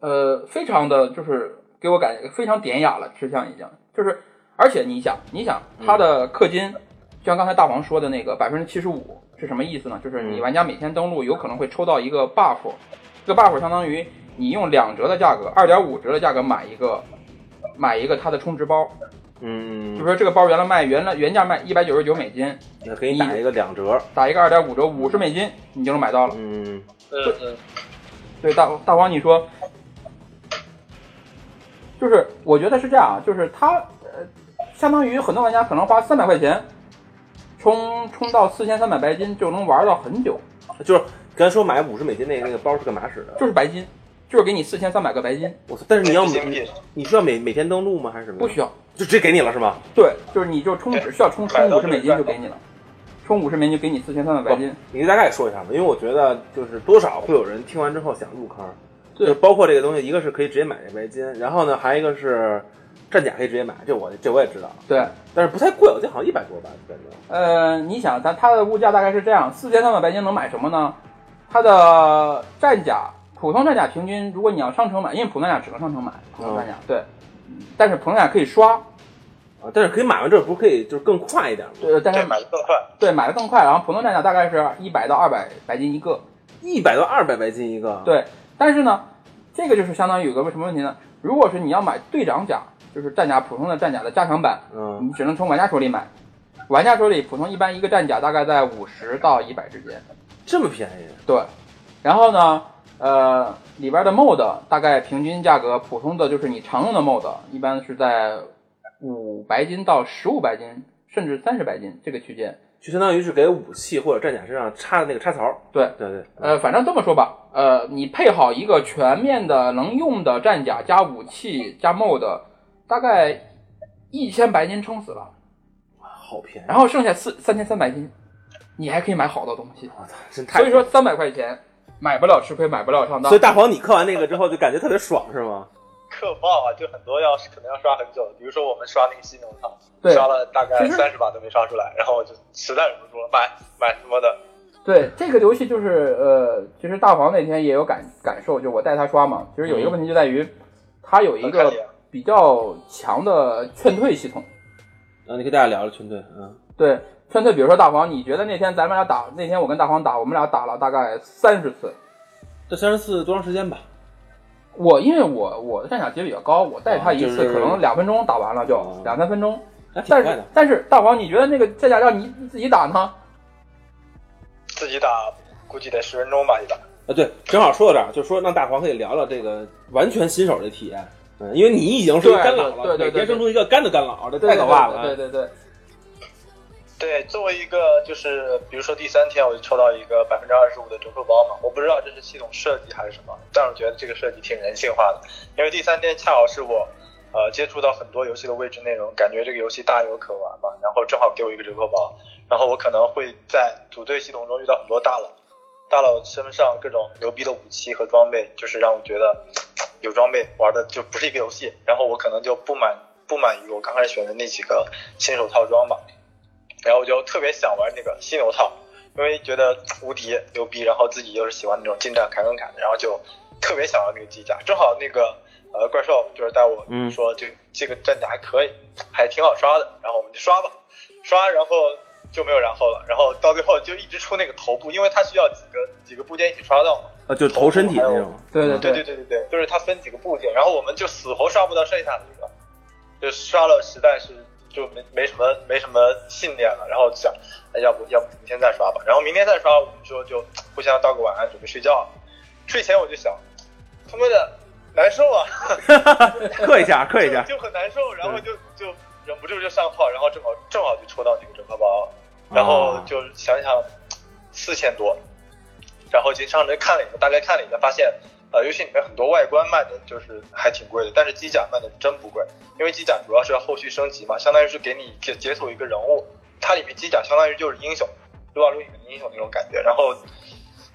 D: 呃非常的就是给我感觉非常典雅了，吃相已经就是，而且你想你想它的氪金，就像刚才大黄说的那个百分之七十五是什么意思呢？就是你
C: 嗯
D: 玩家每天登录有可能会抽到一个 buff，这个 buff 相当于你用两折的价格，二点五折的价格买一个。买一个它的充值包，就
C: 嗯
D: 是，说这个包原来卖原来原价卖一百九十九美金，
C: 那给你打一个两折。
D: 打一个二点五折五十美金，你就能买到了。
C: 嗯，
E: 嗯嗯，
D: 对，大大王，你说，就是我觉得是这样啊，就是他呃，相当于很多玩家可能花三百块钱充充到四千三百白金就能玩到很久，
C: 就是刚才说买五十美金那个那个包是干嘛使的？
D: 就是白金，就是给你四千三百个白金，
C: 我操！但是你要
E: 精品
C: 每
D: 嗯
C: 你需要每每天登录吗？还是什么？
D: 不需
C: 要，
D: 要，
C: 就直接给你了是吗？
D: 对，就是你就充
E: 对
D: 只需要充充
E: 买到
D: 五十美
E: 就是
D: 金
E: 赚
D: 就给你了，充五十美金就给你四千三百白
C: 不
D: 金，，
C: 你给大概说一下吧，因为我觉得就是多少会有人听完之后想入坑，就
D: 对
C: 是包括这个东西，一个是可以直接买这白金，然后呢，还有一个是战甲可以直接买，这我这我也知道，
D: 对。
C: 但是不太贵，我记得好像一百多吧，感觉
D: 呃，你想，咱它的物价大概是这样，四千三百白金能买什么呢？它的战甲、普通战甲平均，如果你要商城买，因为普通战甲只能商城买，普通战甲、
C: 哦
D: 对，嗯但是普通战甲可以刷，
C: 啊，但是可以买完这不是可以就是更快一点吗？
D: 呃对，但
E: 对，
D: 是
E: 买的更快。
D: 对买的更快，然后普通战甲大概是一百到二百白金一个，
C: 一百到二百白金一个，，
D: 对，但是呢，这个就是相当于有个什么问题呢？如果是你要买队长甲，就是战甲普通的战甲的加强版，
C: 嗯
D: 你只能从玩家手里买。玩家手里普通一般一个战甲大概在五十到一百之间，
C: 这么便宜，
D: 对。然后呢，呃，里边的 mod 大概平均价格，普通的就是你常用的 mod 一般是在五白金到十五白金，甚至三十白金这个区间。
C: 就相当于是给武器或者战甲身上插的那个插槽。
D: 对，
C: 对对，
D: 呃，反正这么说吧，呃，你配好一个全面的能用的战甲加武器加 mod，大概一千白金撑死了，
C: 好便宜，
D: 然后剩下四三千三百金，你还可以买好多东西。
C: 我操，真太
D: 所以说三百块钱买不了吃亏，买不了上当
C: 所以。大黄，你刻完那个之后就感觉特别爽是吗？
E: 刻爆啊，就很多要可能要刷很久，比如说我们刷那个犀牛汤，
D: 对
E: 刷了大概
D: 其实
E: 三十把都没刷出来，然后我就实在忍不住了，买买什么的，
D: 对这个游戏就是呃，其实大黄那天也有感感受，就我带他刷嘛，其实有一个问题就在于，它有一
E: 能看
D: 个
E: 见
D: 比较强的劝退系统。
C: 啊，你跟大家聊聊全队，嗯，
D: 对，劝退，比如说大黄，你觉得那天咱们俩打，那天我跟大黄打，我们俩打了大概三十次。
C: 这三十四多长时间吧？
D: 我因为我我的战甲级别比较高，我带他一
C: 啊就
D: 次
C: 是
D: 可能两分钟打完了就，
C: 哦
D: 两三分钟。
C: 还挺
D: 但
C: 快
D: 是
C: 的，
D: 但是大黄，你觉得那个战甲让你自己打呢？
E: 自己打估计得十分钟吧，一打。
C: 啊，对，正好说到这儿，就说让大黄可以聊聊这个完全新手的体验。嗯，因为你已经是一个
D: 对
C: 干佬了，
D: 对对对
C: 每天
D: 对
C: 生出一个干的干佬，这
D: 对
C: 太可怕了。
D: 对对对对
E: 对，作为一个就是，比如说第三天我就抽到一个百分之二十五的折扣包嘛，我不知道这是系统设计还是什么，但是我觉得这个设计挺人性化的，因为第三天恰好是我，呃，接触到很多游戏的未知内容，感觉这个游戏大有可玩嘛，然后正好给我一个折扣包，然后我可能会在组队系统中遇到很多大佬，大佬身上各种牛逼的武器和装备，就是让我觉得有装备玩的就不是一个游戏，然后我可能就不满不满于我刚开始选的那几个新手套装吧。然后我就特别想玩那个犀牛套，因为觉得无敌牛逼，然后自己又是喜欢那种近战砍砍砍，然后就特别想玩那个机甲。正好那个呃怪兽就是带我
C: 嗯
E: 说这这个战甲还可以，还挺好刷的，然后我们就刷吧，刷然后就没有然后了，然后到最后就一直出那个头部，因为它需要几个几个部件一起刷到嘛。
C: 啊，就投身体那种。
D: 对对
E: 对对对对对，就是它分几个部件，然后我们就死活刷不到剩下的一个，就刷了实在是就没没什么没什么信念了，然后想，哎要不要不明天再刷吧，然后明天再刷，我们说就互相道个晚安，准备睡觉了。睡前我就想，他妈的难 受啊，
C: 刻一下，刻一下。
E: 就很难受，然后就就忍不住就上号，然后正好正好就抽到那个整合包，然后就想想四千多，然后进商城看了一下，大概看了一下，发现呃游戏里面很多外观卖的就是还挺贵的，但是机甲卖的真不贵，因为机甲主要是要后续升级嘛，相当于是给你解解锁一个人物，它里面机甲相当于就是英雄，撸啊撸里面的英雄那种感觉，然后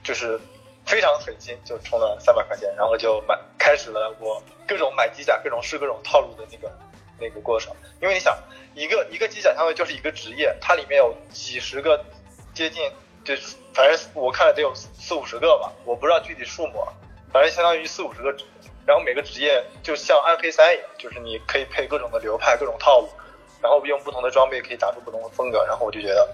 E: 就是非常狠心，就充了三百块钱，然后就买开始了我各种买机甲、各种试各种套路的那个那个过程。因为你想，一个一个机甲相当于就是一个职业，它里面有几十个，接近就是反正我看了得有四五十个吧，我不知道具体数目啊，反正相当于四五十个职业。然后每个职业就像暗黑三一样，就是你可以配各种的流派、各种套路，然后用不同的装备可以打出不同的风格。然后我就觉得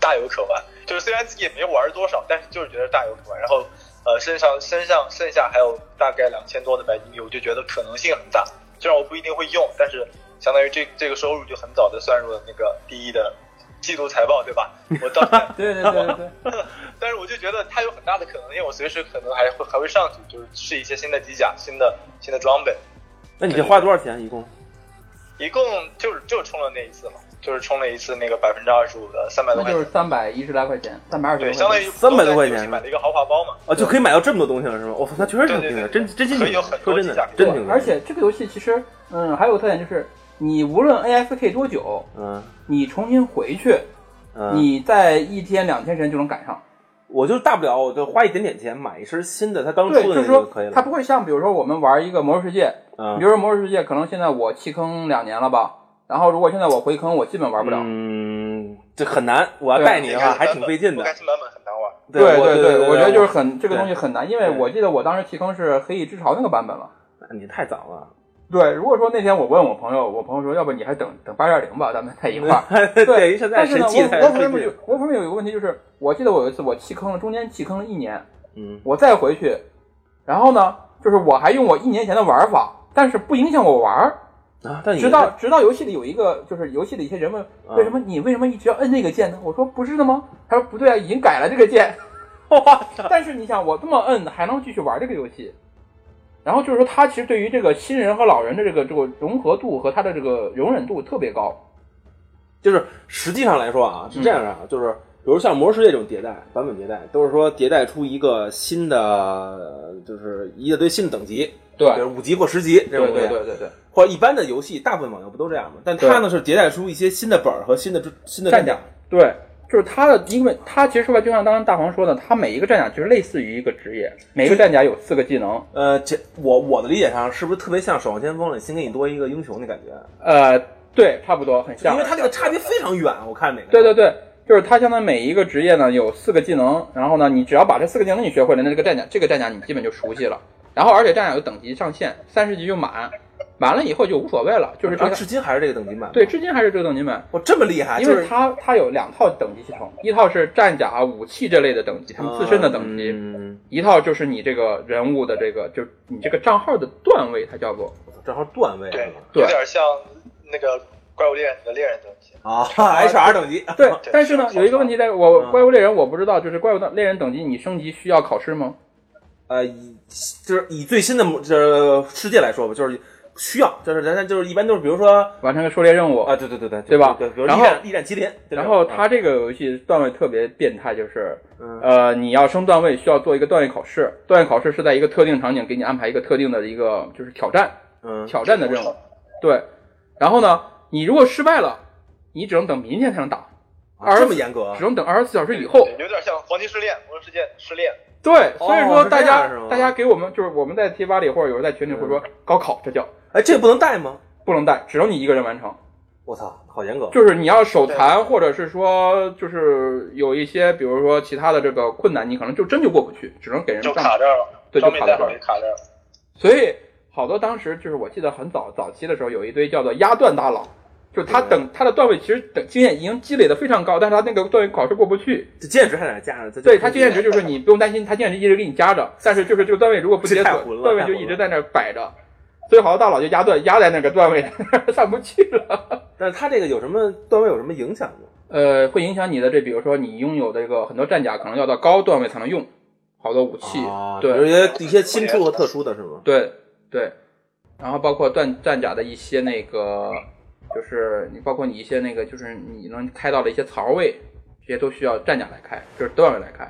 E: 大有可玩。就是虽然自己也没玩多少，但是就是觉得大有可玩。然后呃，身上身上剩下还有大概两千多的白金币，我就觉得可能性很大。虽然我不一定会用，但是相当于这这个收入就很早的算入了那个第一的季度财报，对 吧？我到现在
D: 对对对对对。
E: 但是我就觉得它有很大的可能性，我随时可能还会还会上去，就是试一些新的机甲、新的新的装备。
C: 那你这花多少钱一共？
E: 一共就是就充了那一次嘛，就是充了一次那个百分之二十五的三百多
D: 那
E: 块
D: 就
E: 钱
D: 是，三百一十来块钱，三百二十
E: 对，相当于
C: 300多块钱
E: 我在游戏买了一个豪华包嘛。
C: 啊，就可以买到这么多东西了，是吗？我操，那确实挺
E: 对
C: 拼
E: 对
C: 的，
E: 对
C: 真真心
E: 可
C: 挺拼
E: 以有很
C: 的。
E: 多
C: 说真
E: 机甲
C: 的，真
E: 可以
C: 挺拼的。
D: 而且这个游戏其实，嗯，还有个特点就是，你无论 AFK 多久，
C: 嗯，
D: 你重新回去，
C: 嗯，
D: 你在一天两天时间就能赶上。
C: 我就大不了我就花一点点钱买一身新的，他刚出
D: 对，
C: 的
D: 就
C: 那个
D: 是
C: 就
D: 说
C: 可以了。
D: 它不会像比如说我们玩一个魔兽世界，
C: 嗯，
D: 比如说魔兽世界，可能现在我弃坑两年了吧，然后如果现在我回坑，我基本玩不了。
C: 嗯，这很难。我要
D: 对
C: 带你的
E: 应该
C: 话，
E: 是
C: 还
E: 版
C: 挺
E: 本
C: 费劲的
E: 不。开新版本很难玩。
C: 对
D: 对
C: 对
D: 对，我觉得就是
C: 我
D: 很这个东西很难，因为
C: 对
D: 我记得我当时弃坑是黑翼之潮那个版本了。
C: 你太早了，
D: 对，如果说那天我问我朋友，我朋友说，要不你还等等八点零吧，咱们在 一块儿。
C: 对，现在
D: 但是
C: 谁
D: 呢，
C: 记得
D: 我
C: 还
D: 我 Warframe
C: 记
D: 有
C: 得
D: Warframe 有一个问题，就是我记得我有一次我弃坑了，中间弃坑了一年，
C: 嗯，
D: 我再回去，然后呢，就是我还用我一年前的玩法，但是不影响我玩儿。
C: 啊，但你嗯
D: 直 到直到游戏里有一个，就是游戏里一些人问，为什么你为什么一直要摁那个键呢？我说不是的吗？他说不对啊，已经改了这 个键。
C: 我操，
D: 但是你想，我这么摁还能继续玩这个游戏，然后就是说，他其实对于这个新人和老人的这个这个融合度和他的这个容忍度特别高。
C: 就是实际上来说啊，是这样的
D: 嗯
C: 啊，就是比如像《魔兽世界》这种迭代版本迭代，都是说迭代出一个新的，呃就是一大堆新的等级，
D: 对
C: 就是五级或十级这
D: 对
C: 种东
D: 对
C: 西，
D: 对对对，
C: 或者一般的游戏，大部分网游不都这样吗？但它呢是迭代出一些新的本儿和新的新的
D: 战
C: 战
D: 甲
C: 甲，
D: 对，就是他的，因为他其实说白，就像刚刚大黄说的，他每一个战甲其实类似于一个职业，每个战甲有四个技能，
C: 呃，这我我的理解上是不是特别像《守望先锋》里新给你多一个英雄的感觉？
D: 呃，对，差不多，很像
C: 因为。它这个差别非常远，我看哪个？
D: 对对对，就是他相当于每一个职业呢有四个技能，然后呢，你只要把这四个技能你学会了，那这个战甲这个战甲你基本就熟悉了。然后而且战甲有等级上限，三十级就满，满了以后就无所谓了，就是这
C: 啊，
D: 个。
C: 至今还是这个等级满。
D: 对，，至今还是这个等级满，
C: 我这么厉害，
D: 因
C: 就
D: 为
C: 是
D: 它它有两套等级系统，一套是战甲、武器这类的等级，他们自身的等级，
C: 嗯，
D: 一套就是你这个人物的这个，就是你这个账号的段位，它叫做
C: 正好段位
E: 对，
D: 对
E: 有点像那个怪物猎人的猎人等级。
C: 啊，HR 等级
D: 对
E: 对。
D: 但是呢，有一个问题在于，我
C: 嗯
D: 怪物猎人我不知道，就是怪物猎人等级你升级需要考试吗？
C: 呃，以就是以最新的这世界来说吧，就是需要，就是人家就是一般都是比如说
D: 完成个狩猎任务
C: 啊，对对对对，
D: 对吧
C: 对，比如
D: 然
C: 力
D: 后
C: 战力战麒麟，对
D: 然后
C: 吧啊
D: 它这个游戏段位特别变态，就是
C: 嗯
D: 呃，你要升段位需要做一个段位考试，段位考试是在一个特定场景给你安排一个特定的一个就是挑战，
C: 嗯，
D: 挑战的任务。对，然后呢，你如果失败了，你只能等明天才能打，
C: 啊这么严格啊
D: 只能等二十四小时以后。
E: 有点像黄金失恋、魔兽世界失恋，
D: 对，所以
C: 哦
D: 说
C: 是这
D: 大
C: 样
D: 家、
C: 是吗嗯
D: 大家给我们就是我们在贴吧里或者有人在群里会说高考，这叫
C: 哎，这个不能带吗？
D: 不能带，只能你一个人完成。
C: 我操，好严格，
D: 就是你要手残，或者是说就是有一些比如说其他的这个困难，你可能就真就过不去，只能给人
E: 就
D: 上
E: 卡这儿了。
D: 对就
E: 装
D: 卡在
E: 备再
D: 这
E: 好
D: 儿
E: 就卡这儿了。
D: 所以好多当时就是我记得很早早期的时候，有一堆叫做压段大佬，就是他等他的段位其实等经验已经积累的非常高，但是他那个段位考试过不去。
C: 这经验值还得加上，这就
D: 对他经验值就是你不用担心，他经验值一直给你加着，但是就是这个段位如果不解
C: 这太
D: 锁
C: 混，了
D: 段位就一直在那儿摆着。所以好多大佬就压段压在那个段位上 不去了，
C: 但是它这个有什么段位有什么影响吗？
D: 呃，会影响你的这，比如说你拥有的这个很多战甲可能要到高段位才能用，好多武器，
C: 啊，
D: 对，
C: 有一些一些新出和特殊的是吗？
D: 对对，然后包括战战甲的一些那个，就是你包括你一些那个，就是你能开到的一些槽位，这些都需要战甲来开，就是段位来开。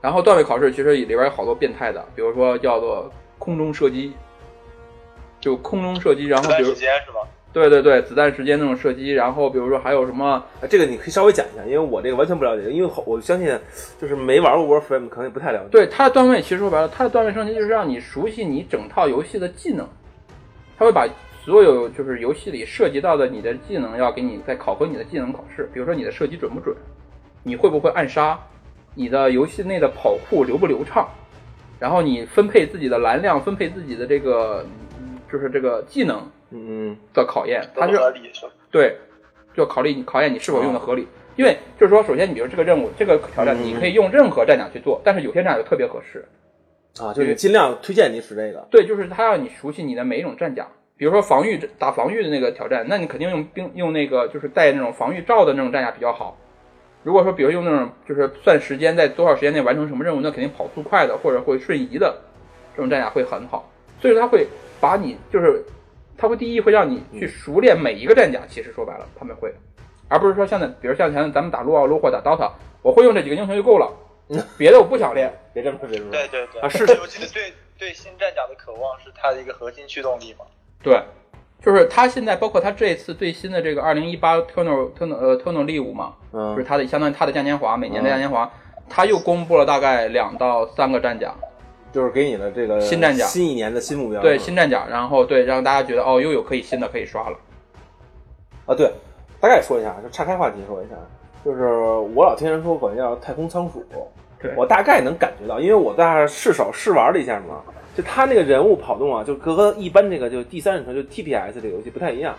D: 然后段位考试其实里边有好多变态的，比如说叫做空中射击，就空中射击，然
E: 子
D: 后比
E: 弹
D: 如
E: 时间是吧？
D: 对对对，子弹时间那种射击，然后比如说还有什么
C: 啊，这个你可以稍微讲一下，因为我这个完全不了解，因为好我相信就是没玩过 Warframe 可能也不太了解。
D: 对它的段位，其实说白了，它的段位升级就是让你熟悉你整套游戏的技能，它会把所有就是游戏里涉及到的你的技能，要给你再考核你的技能考试，比如说你的射击准不准，你会不会暗杀，你的游戏内的跑酷流不流畅，然后你分配自己的蓝量，分配自己的这个嗯就是这个技能
C: 嗯，
D: 的考验，
E: 合
D: 它
E: 不
D: 是
E: 合理是吧？
D: 对，就考虑你考验你是否用的合理。因为就是说，首先你比如这个任务，这个挑战
C: 啊嗯
D: 你可以用任何战甲去做，但是有些战甲就特别合适。
C: 嗯啊，就是你尽量推荐你使这个。
D: 对，就是他让你熟悉你的每一种战甲。比如说防御打防御的那个挑战，那你肯定用兵用那个就是带那种防御罩的那种战甲比较好。如果说比如用那种就是算时间在多少时间内完成什么任务，那肯定跑速快的或者会瞬移的这种战甲会很好。所以说他会把你就是，他会第一会让你去熟练每一个战甲。其实说白了，他们会，而不是说像在比如像前咱们打撸啊撸或打 DOTA，我会用这几个英雄就够了，别的我不想练。
C: 别这么说，别这么说
E: 对。对对
C: 啊是
E: 对我记得对对新战甲的渴望是它的一个核心驱动力嘛。
D: 对，就是他现在包括他这次最新的这个二零一八 Tunnel Tunnel 呃 Tunnel 利舞嘛，就是
C: 嗯，
D: 他的相当于他的嘉年华，每年的嘉年华，他又公布了大概两到三个战甲，
C: 就是给你的这个
D: 新战甲
C: 新一年的新目标。
D: 对新战甲，然后对让大家觉得哦又有可以新的可以刷了，
C: 啊，对，大概说一下，就岔开话题说一下，就是我老听人说管叫太空仓鼠，
D: 对
C: 我大概能感觉到，因为我在那儿试手试玩了一下嘛，就他那个人物跑动啊，就和一般这个就第三人称就 TPS 这个游戏不太一样，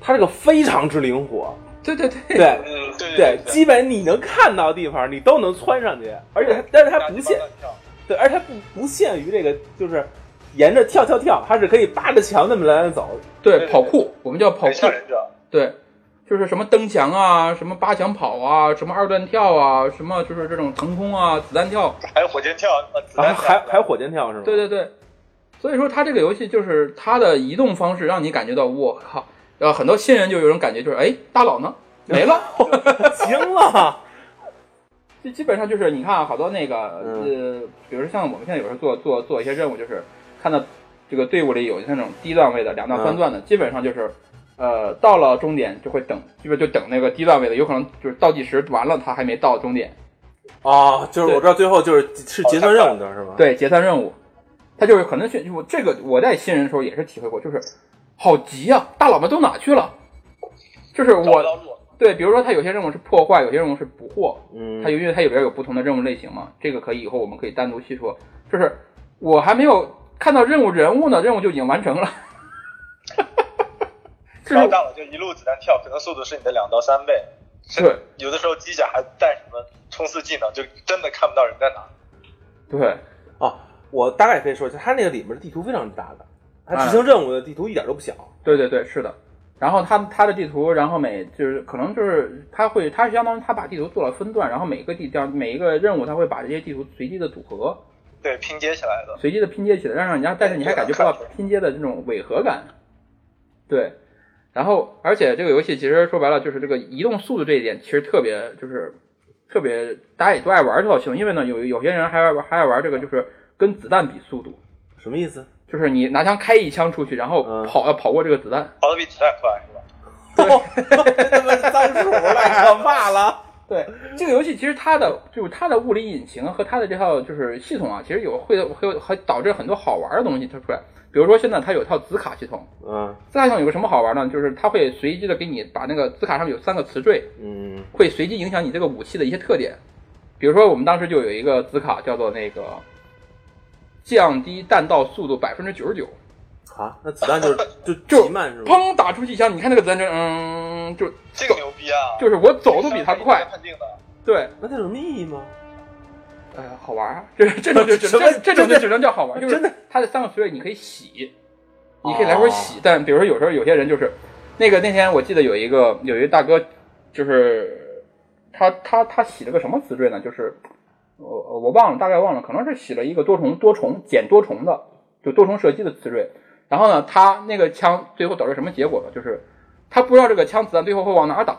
C: 他这个非常之灵活，
D: 对对对
C: 对
E: 嗯，
C: 对，
E: 对对，
C: 基本你能看到的地方你都能窜上去，而且它但是它不限，
E: 乱跳，
C: 对，而且它不不限于这个就是沿着跳跳跳，它是可以扒着墙那么来来走，
D: 对，
E: 对
D: 跑酷，我们叫跑
E: 很
D: 酷
E: 像，忍者，
D: 对，就是什么蹬墙啊，什么八墙跑啊，什么二段跳啊，什么就是这种腾空啊，子弹跳，
E: 还有火箭跳，呃，子
C: 然
D: 啊
E: 弹
C: 后还
E: 跳
C: 还火箭跳是吗？
D: 对对对，所以说它这个游戏就是它的移动方式让你感觉到我靠，呃，很多新人就有种感觉就是哎，大佬呢 没了，
C: 行了，
D: 就基本上就是你看啊好多那个、
C: 嗯
D: 呃，比如说像我们现在有时候做做做一些任务，就是看到这个队伍里有那种低段位的、两段、
C: 嗯
D: 三段的，基本上就是。呃，到了终点就会等，基本就等那个低段位的，有可能就是倒计时完了，他还没到终点，
C: 哦，就是
D: 对
C: 我知道最后就是是结算任务的是吗？，
D: 对，结算任务，他就是可能去我这个我在新人的时候也是体会过，就是好急啊，大佬们都哪去了？就是
E: 找不到
D: 我
E: 路，
D: 对，比如说他有些任务是破坏，有些任务是捕获，
C: 嗯
D: 它，因为它里边有不同的任务类型嘛，这个可以以后我们可以单独细说。就是我还没有看到任务人物呢，任务就已经完成了。 这
E: 然后
D: 是
E: 大佬就一路子弹跳，可能速度是你的两到三倍，甚
D: 对
E: 有的时候机甲还带什么冲刺技能，就真的看不到人在哪。
D: 对
C: 哦，我大概可以说一下，它那个里面的地图非常大的，它执行任务的地图一点都不小。
D: 对对对，是的。然后它它的地图，然后每就是可能就是它会，它相当于它把地图做了分段，然后每个地方每一个任务，它会把这些地图随机的组合，
E: 对，拼接起来的。
D: 随机的拼接起来，让人家但是你还感觉不到拼接的这种违和感。对，然后而且这个游戏其实说白了就是这个移动速度这一点，其实特别就是特别大家也都爱玩这套系统，因为呢有有些人还爱玩还爱玩这个就是跟子弹比速度，
C: 什么意 思？
D: 就是你拿枪开一枪出去，然后
C: 嗯
D: 跑、要跑过这个子弹。
E: 跑得比子弹快是吧？
C: 他妈脏鼠太可怕了！
D: 对这个游戏，其实它的就是它的物理引擎和它的这套就是系统啊，其实有会会会导致很多好玩的东西它出来。比如说现在它有一套子卡系统，
C: 嗯
D: 字卡系统有个什么好玩呢？就是它会随机的给你把那个字卡上面有三个词缀，
C: 嗯
D: 会随机影响你这个武器的一些特点。比如说我们当时就有一个字卡叫做那个降低弹道速度百分之九十九，
C: 啊，那子弹就是就
D: 就
C: 极慢是吗？
D: 砰打出去一枪，你看那个子弹就嗯，就
E: 这个牛逼啊！
D: 就是我走都比他
E: 这
D: 快
E: 个，判定的，
D: 对，
C: 那它有什么意义吗？
D: 呃，好玩儿，这这种就只
C: 什么
D: 这这
C: 真
D: 种就
C: 的
D: 只能叫好玩儿，就是
C: 真的哦
D: 它的三个词缀你可以洗，你可以来回洗，但比如说有时候有些人就是，那个那天我记得有一个有一个大哥，就是他他他洗了个什么词缀呢？就是我我我忘了，大概忘了，可能是洗了一个多重多重减多重的，就多重射击的词缀。然后呢，他那个枪最后导致什么结果呢？就是他不知道这个枪子弹最后会往哪打，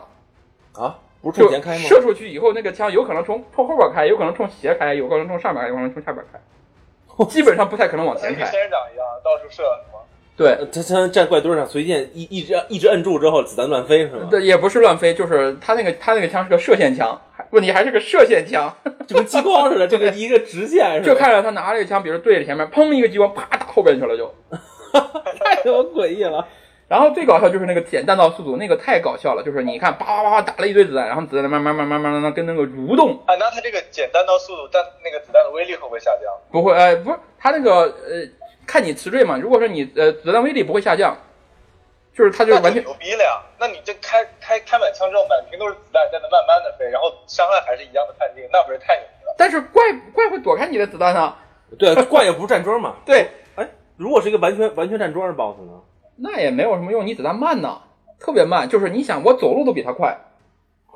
C: 啊，不是
D: 就
C: 冲前开吗？
D: 射出去以后，那个枪有可能冲冲后边开，有可能冲斜开，有可能冲上面开，有可能冲下边开，基本上不太可能往前
E: 跟
D: 开。
E: 仙人掌一样，到处射是吗？
D: 对
C: 呃，它像站怪堆上，随便一一直一直摁住之后，子弹乱飞是吗？
D: 对，也不是乱飞，就是他那个他那个枪是个射线枪，还问题还是个射线枪。
C: 就跟激光似的，这个一个直线是
D: 就
C: 吧？
D: 看着他拿着一个枪，比如对着前面，砰一个激光，啪打后边去了就。
C: 太他妈诡异了！
D: 然后最搞笑就是那个简弹道速度，那个太搞笑了，就是你看叭叭叭叭打了一堆子弹，然后子弹慢慢慢慢慢慢慢跟那个蠕动，
E: 啊，那它这个简单到速度，但那个子弹的威力会不会下降？
D: 不会，呃，不是，它那个呃，看你词缀嘛。如果说你呃子弹威力不会下降，就是它就
E: 那
D: 是完全
E: 牛逼了呀！那你这开开开满枪之后，满屏都是子弹，在那慢慢的飞，然后伤害还是一样的判定，那不是太牛逼了？
D: 但是怪怪会躲开你的子弹啊。
C: 对，怪也不是站桩嘛。
D: 对，
C: 哎，如果是一个完全完全站桩的 BOSS 呢？
D: 那也没有什么用，你子弹慢呐，特别慢。就是你想，我走路都比他快，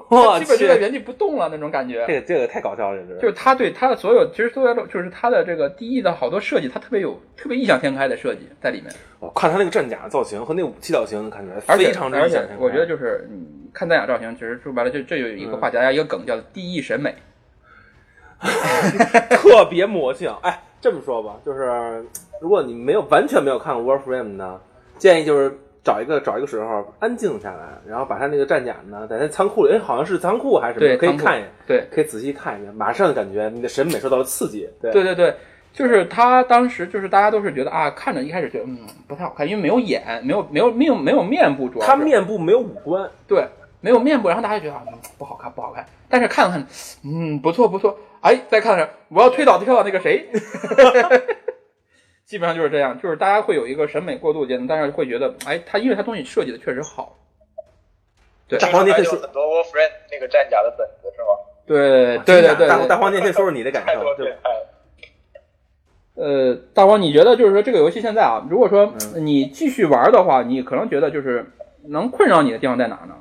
C: 我
D: 他基本就在
C: 去，
D: 原地不动了那种感觉。
C: 这个这个太搞笑了，这。
D: 就是是他对他的所有，其实所有的就是他的这个第一的好多设计，他特别有特别异想天开的设计在里面。
C: 我看他那个战甲造型和那武器造型，看起来
D: 而且
C: 非常之
D: 而
C: 异想
D: 且
C: 天开。
D: 我觉得就是嗯，看弹雅造型，其实说白了，就这有一个话题，大家一个梗叫“地异审美
C: 特别魔性。哎，这么说吧，就是如果你没有完全没有看过 Warframe 呢，建议就是找一个找一个时候安静下来，然后把他那个战甲呢，在他仓库里，哎，好像是仓库还是”，什
D: 对，
C: 么，可以
D: 仓库
C: 看一眼，
D: 对
C: 可以仔细看一眼，马上感觉你的审美受到了刺激。对，
D: 对对对，就是他当时就是大家都是觉得啊，看着一开始觉得嗯不太好看，因为没有眼，没有没有没有没有面部，主要是
C: 他面部没有五官，
D: 对，没有面部，然后大家觉得啊、嗯不好看，不好看。但是看了看，嗯，不错不错，哎，再看看，我要推倒推倒那个谁， 基本上就是这样，就是大家会有一个审美过度阶段，但是会觉得，哎，它因为它东西设计的确实好，对
C: 大黄，你
E: 还
C: 可以
E: 有
C: 说，
E: 很多 Warframe 那个战甲的本子是吗？
D: 对对对对
C: 大
D: 对
C: 大黄，你可以说说你的感
E: 太
C: 受，
E: 多
C: 对
E: 变
C: 吧？
E: 态了。
D: 呃，大光，你觉得就是说这个游戏现在啊，如果说你继续玩的话，你可能觉得就是能困扰你的地方在哪呢？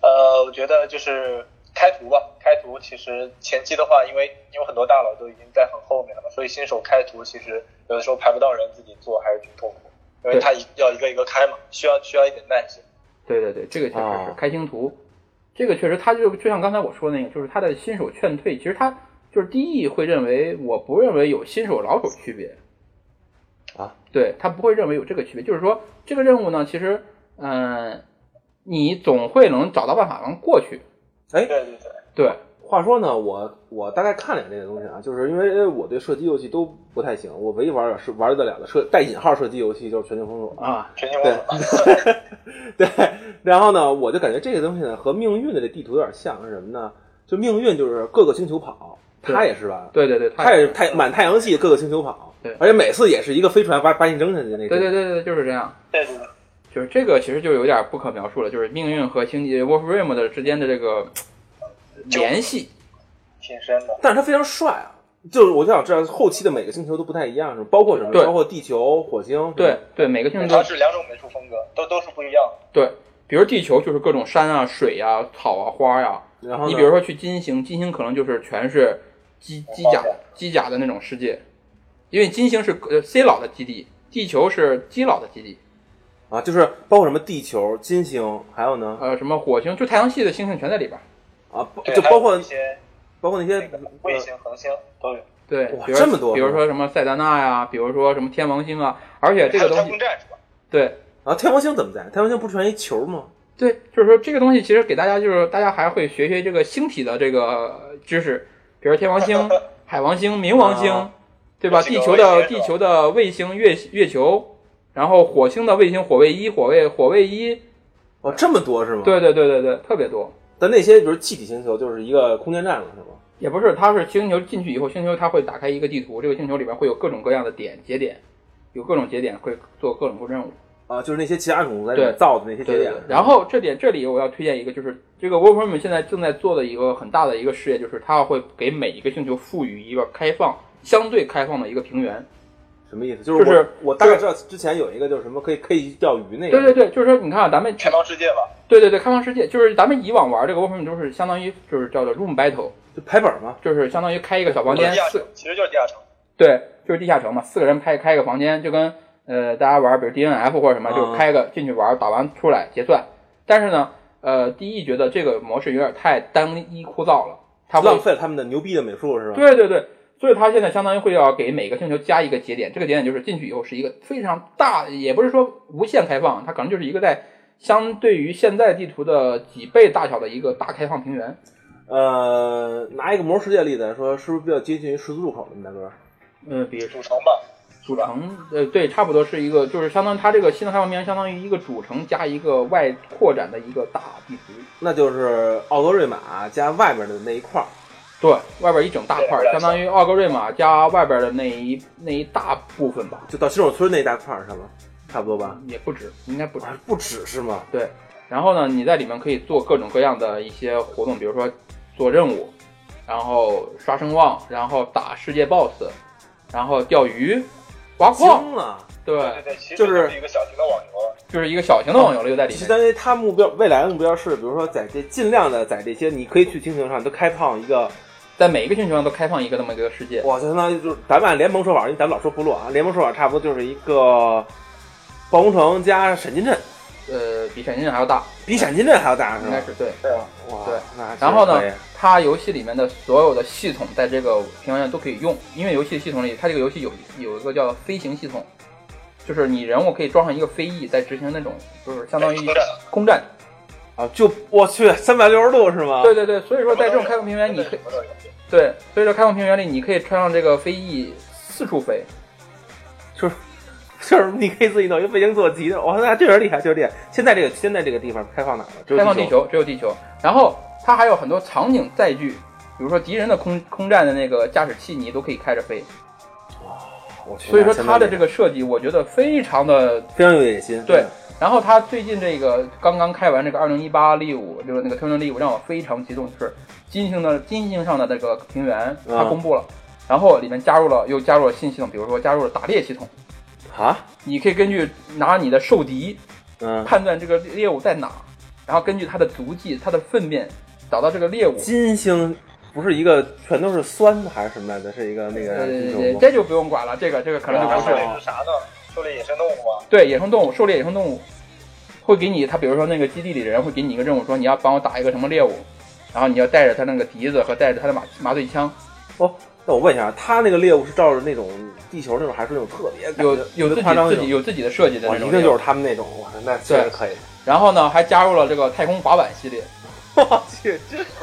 E: 呃，我觉得就是开图吧，开图其实前期的话，因为有很多大佬都已经在很后面了嘛，所以新手开图其实有的时候排不到人，自己做还是挺痛苦，因为
D: 对
E: 他一要一个一个开嘛，需要需要一点耐心。
D: 对对对，这个确实是
C: 哦
D: 开星图，这个确实，他就就像刚才我说的那个，就是他的新手劝退，其实他就是第一会认为，我不认为有新手老手区别
C: 啊，
D: 对他不会认为有这个区别，就是说这个任务呢，其实嗯、呃你总会能找到办法能过去，
C: 哎，
E: 对对对，
D: 对，
C: 话说呢，我我大概看了一眼这个东西啊，就是因为我对射击游戏都不太行，我唯一玩的是玩得了的射带引号射击游戏就是《全球封锁》
D: 啊，
E: 全球
C: 对 对，然后呢，我就感觉这个东西呢和命运的这地图有点像，是什么呢？就命运就是各个星球跑，它也是吧？
D: 对对对，
C: 它
D: 也
C: 也
D: 是
C: 是太满太阳系各个星球跑，
D: 对
C: 而且每次也是一个飞船把把你扔下去的那种。
D: 对对对对，就是这样。
E: 对对对，
D: 就是这个其实就有点不可描述了，就是命运和星际 Warframe 的之间的这个呃
E: 就
D: 联系。
E: 挺深的。
C: 但是它非常帅啊！就是我就想知道后期的每个星球都不太一样，是吧包括什么？
D: 对
C: 包括地球、火星。是吧
D: 对，对，每个
C: 哎
D: 星球
E: 它
D: 都
E: 是两种美术风格，都都是不一样的。
D: 对，比如地球就是各种山啊、水啊、草啊、花呀、
C: 然后呢
D: 你比如说去金星，金星可能就是全是机机甲机甲的那种世界，因为金星是呃 C 老的基地，地球是基老的基地，
C: 啊，就是包括什么地球、金星，还有呢
D: 呃，什么火星，就太阳系的星星全在里边儿。
C: 啊，包
E: 对，
C: 就
E: 还
C: 包
E: 有
C: 括
E: 一些
C: 包括那些
E: 那个卫星、恒星都有。
D: 对，
C: 哇
D: 比如
C: 这么多
D: 比如说什么塞丹娜呀、比如说什么天王星啊，而且这
E: 还
D: 个东
E: 有太
D: 西
E: 空站是吧？
D: 对。
C: 啊，天王星怎么在？天王星不是全一球吗？
D: 对，就是说这个东西其实给大家就是大家还会学学这个星体的这个知识，比如天王 星、海王星、冥王星，
C: 啊
D: 对吧？
E: 这
D: 地
E: 个
D: 球的
E: 卫星是吧
D: 地球的卫星月月球，然后火星的卫星火卫一、火卫火卫一，
C: 哦，这么多是吗？
D: 对。对对对对，特别多。
C: 但那些比如气体星球就是一个空间站了，是吗？
D: 也不是，它是星球进去以后，星球它会打开一个地图，这个星球里边会有各种各样的点节点，有各种节点会做各种任务。
C: 啊，就是那些其他种族在
D: 对
C: 里造的那些节
D: 对对
C: 点
D: 对。。然后这点这里我要推荐一个，就是这个 w o r k f r a m 现在正在做的一个很大的一个事业，就是它会给每一个星球赋予一个开放、相对开放的一个平原。
C: 什么意思？就是我、
D: 就是
C: 我大概知道之前有一个就是什么可以可以钓鱼那个。
D: 对对对，就是说你看啊，咱们
E: 开放世界吧，
D: 对对对开放世界，就是咱们以往玩这个 w o r k f r a m 都是相当于就是叫做 room battle，
C: 就排本嘛。
D: 就是相当于开一个小房
E: 就是
D: 间
E: 地，下
D: 四
E: 城，其实就是地下城。
D: 对，就是地下城嘛，四个人拍开一个房间，就跟呃大家玩，比如 DNF 或者什么，就
C: 嗯
D: 开个进去玩，打完出来结算。但是呢，呃，第一觉得这个模式有点太单一枯燥了，它会
C: 浪费了他们的牛逼的美术是吧？
D: 对对对，所以它现在相当于会要给每个星球加一个节点，这个节点就是进去以后是一个非常大，也不是说无限开放，它可能就是一个在相对于现在地图的几倍大小的一个大开放平原。
C: 呃，拿一个魔兽世界例子来说，是不是比较接近于十字路口呢？大哥，
D: 嗯，比如
E: 主城吧，
D: 主城，呃，对，差不多是一个，就是相当于它这个新的开放平原相当于一个主城加一个外扩展的一个大地图，
C: 那就是奥德瑞玛加外面的那一块儿。
D: 对外边一整大块儿，
E: 对
D: 相当于奥格瑞玛加外边的那一那一大部分吧，
C: 就到新手村那一大块儿上了，差不多吧？
D: 也不止，应该不止。
C: 啊，不止是吗？
D: 对，然后呢，你在里面可以做各种各样的一些活动，比如说做任务，然后刷声望，然后打世界 BOSS，然后钓鱼、挖
C: 惊
D: 矿，
C: 了！
E: 对
D: 对，
E: 对，其实
C: 就是
E: 就是一个小型的网游了。
D: 就是一个小型的网游就在里
C: 其实，
D: 面。
C: 因为他目标未来的目标是，比如说在这尽量的在这些你可以去星球上都开放一个，
D: 在每一个星球上都开放一个那么一个世界。
C: 哇，就相当于就是咱们按联盟说法，因为咱们老说部落啊，联盟说法差不多就是一个暴龙城加闪金阵，
D: 呃，比闪金阵还要大，
C: 比闪金阵还要大是
D: 应该
C: 吧？
D: 是对。
E: 对啊，
C: 哇，
D: 对
C: 嗯那还是
D: 然后呢
C: 可以，
D: 它游戏里面的所有的系统在这个平原上都可以用，因为游戏系统里它这个游戏有有一个叫飞行系统，就是你人物可以装上一个飞翼，在执行那种就是相当于
E: 空战
D: 空战。
C: 啊，就我去三百六十度是吗？
D: 对，对对，所以说在这种开放平原，你可以
E: 什么都有。
D: 啊对，所以说开放平原里你可以穿上这个飞翼四处飞，
C: 就是就是你可以自己弄一个飞行坐骑的，哇，那确实厉害，确实厉害。现在这个现在这个地方开放哪儿了？只有
D: 开放地球只有地球，然后它还有很多场景载具，比如说敌人的空空战的那个驾驶器，你都可以开着飞。
C: 我去
D: 所以说它的这
C: 个
D: 个设计，我觉得非常的
C: 非常有野心。
D: 对。然后它最近这个刚刚开完这个二零一八 L 五，就是那个 t u r n 让我非常激动，就是金星的金星上的这个平原，它
C: 嗯
D: 公布了，然后里面加入了又加入了新系统，比如说加入了打猎系统，
C: 啊，
D: 你可以根据拿你的兽敌
C: 嗯，
D: 判断这个猎物在哪，然后根据它的足迹、它的粪便找到这个猎物。
C: 金星不是一个全都是酸的还是什么来着？是一个那个
D: 呃
C: 那种吗哦
D: 这就不用管了，这个这个可能就
E: 他
D: 不是
E: 说
D: 了
E: 的。是啥呢？说的野生动物吗？
D: 对，野生动物狩猎野生动物，会给你他，比如说那个基地里的人会给你一个任务，说你要帮我打一个什么猎物，然后你要带着他那个笛子和带着他的麻麻醉枪，
C: 哦，那我问一下，他那个猎物是照着那种地球那种，还是那种特别感觉
D: 有有
C: 特
D: 自己
C: 夸张那
D: 自
C: 种
D: 己？有自己的设计的
C: 哇，
D: 那
C: 哦一
D: 种
C: 定
D: 猎
C: 就是
D: 物。
C: 他们那种，哇，那确实可以。
D: 然后呢，还加入了这个太空滑板系列，
C: 我去，这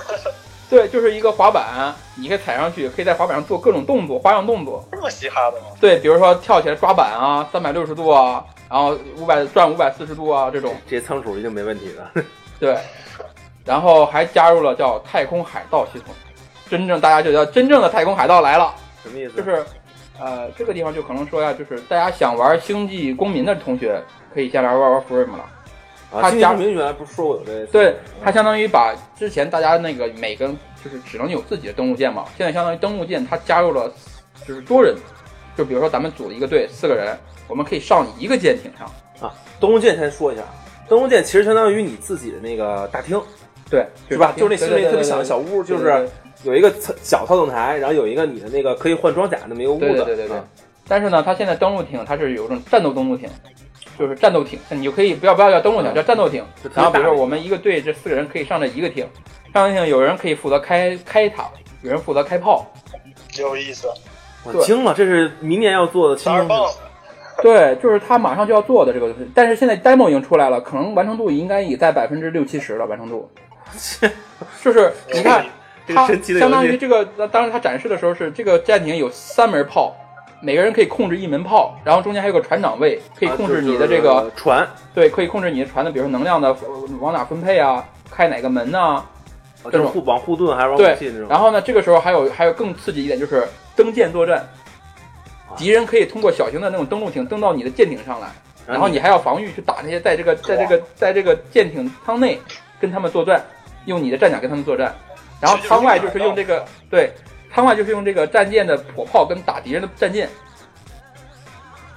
D: 对，就是一个滑板，你可以踩上去，可以在滑板上做各种动作，花样动作。
E: 这么嘻哈的吗？
D: 对，比如说跳起来抓板啊，三百六十度啊，然后五百转五百四十度啊这种。
C: 这仓鼠一定没问题的。
D: 对，然后还加入了叫太空海盗系统，真正大家就叫真正的太空海盗来了，
C: 什么意思？
D: 就是，呃，这个地方就可能说呀，就是大家想玩星际公民的同学，可以先来玩玩 Frame 了。
C: 啊，
D: 他
C: 金
D: 加
C: 星明原来不是说过有这？
D: 对，它
C: 他
D: 相当于把之前大家那个每个就是只能有自己的登陆舰嘛，现在相当于登陆舰它加入了就是多人，就比如说咱们组一个队四个人，我们可以上一个舰艇上。
C: 啊，登陆舰先说一下，登陆舰其实相当于你自己的那个大厅，
D: 对，
C: 是吧？就是是那
D: 对
C: 是那
D: 对
C: 特别
D: 对
C: 小的
D: 对
C: 小屋，就
D: 对对
C: 是有一个操小操纵台，然后有一个你的那个可以换装甲那么一个屋子。
D: 对对对对对。
C: 啊
D: 但是呢，它现在登陆艇它是有一种战斗登陆艇，就是战斗艇，你就可以不要不要叫登陆艇，
C: 嗯
D: 叫战斗艇
C: 就。直接
D: 然后比如说
C: 打
D: 我们一个队这四个人可以上这一个艇，上这艇有人可以负责开开塔，有人负责开炮。
E: 有意思，
C: 我
D: 对
C: 惊了，这是明年要做的新
E: 哪儿
C: 东
E: 棒
C: 西。
E: 子？
D: 对，就是他马上就要做的这个东西。但是现在 demo 已经出来了，可能完成度应该也在百分之六七十了，完成 度。就是你看，
C: 这个
D: 它
C: 神奇的
D: 相当
C: 游
D: 于
C: 戏，
D: 这个，当时它展示的时候是这个舰艇有三门炮，每个人可以控制一门炮，然后中间还有个船长位，可以控制你的这个
C: 啊就就是船，
D: 对，可以控制你的船的，比如说能量的呃往哪分配啊，开哪个门呐、
C: 啊
D: 这
C: 就是
D: 种
C: 互往互盾还是往武器那
D: 对，
C: 种。
D: 然后呢，这个时候还有还有更刺激一点，就是登舰作战，敌人可以通过小型的那种登陆艇登到你的舰艇上来，然后你还要防御去打那些在这个在这个在这个舰艇舱内跟他们作战，用你的战甲跟他们作战，然后舱外就是用这个对，舱外就是用这个战舰的火炮跟打敌人的战舰，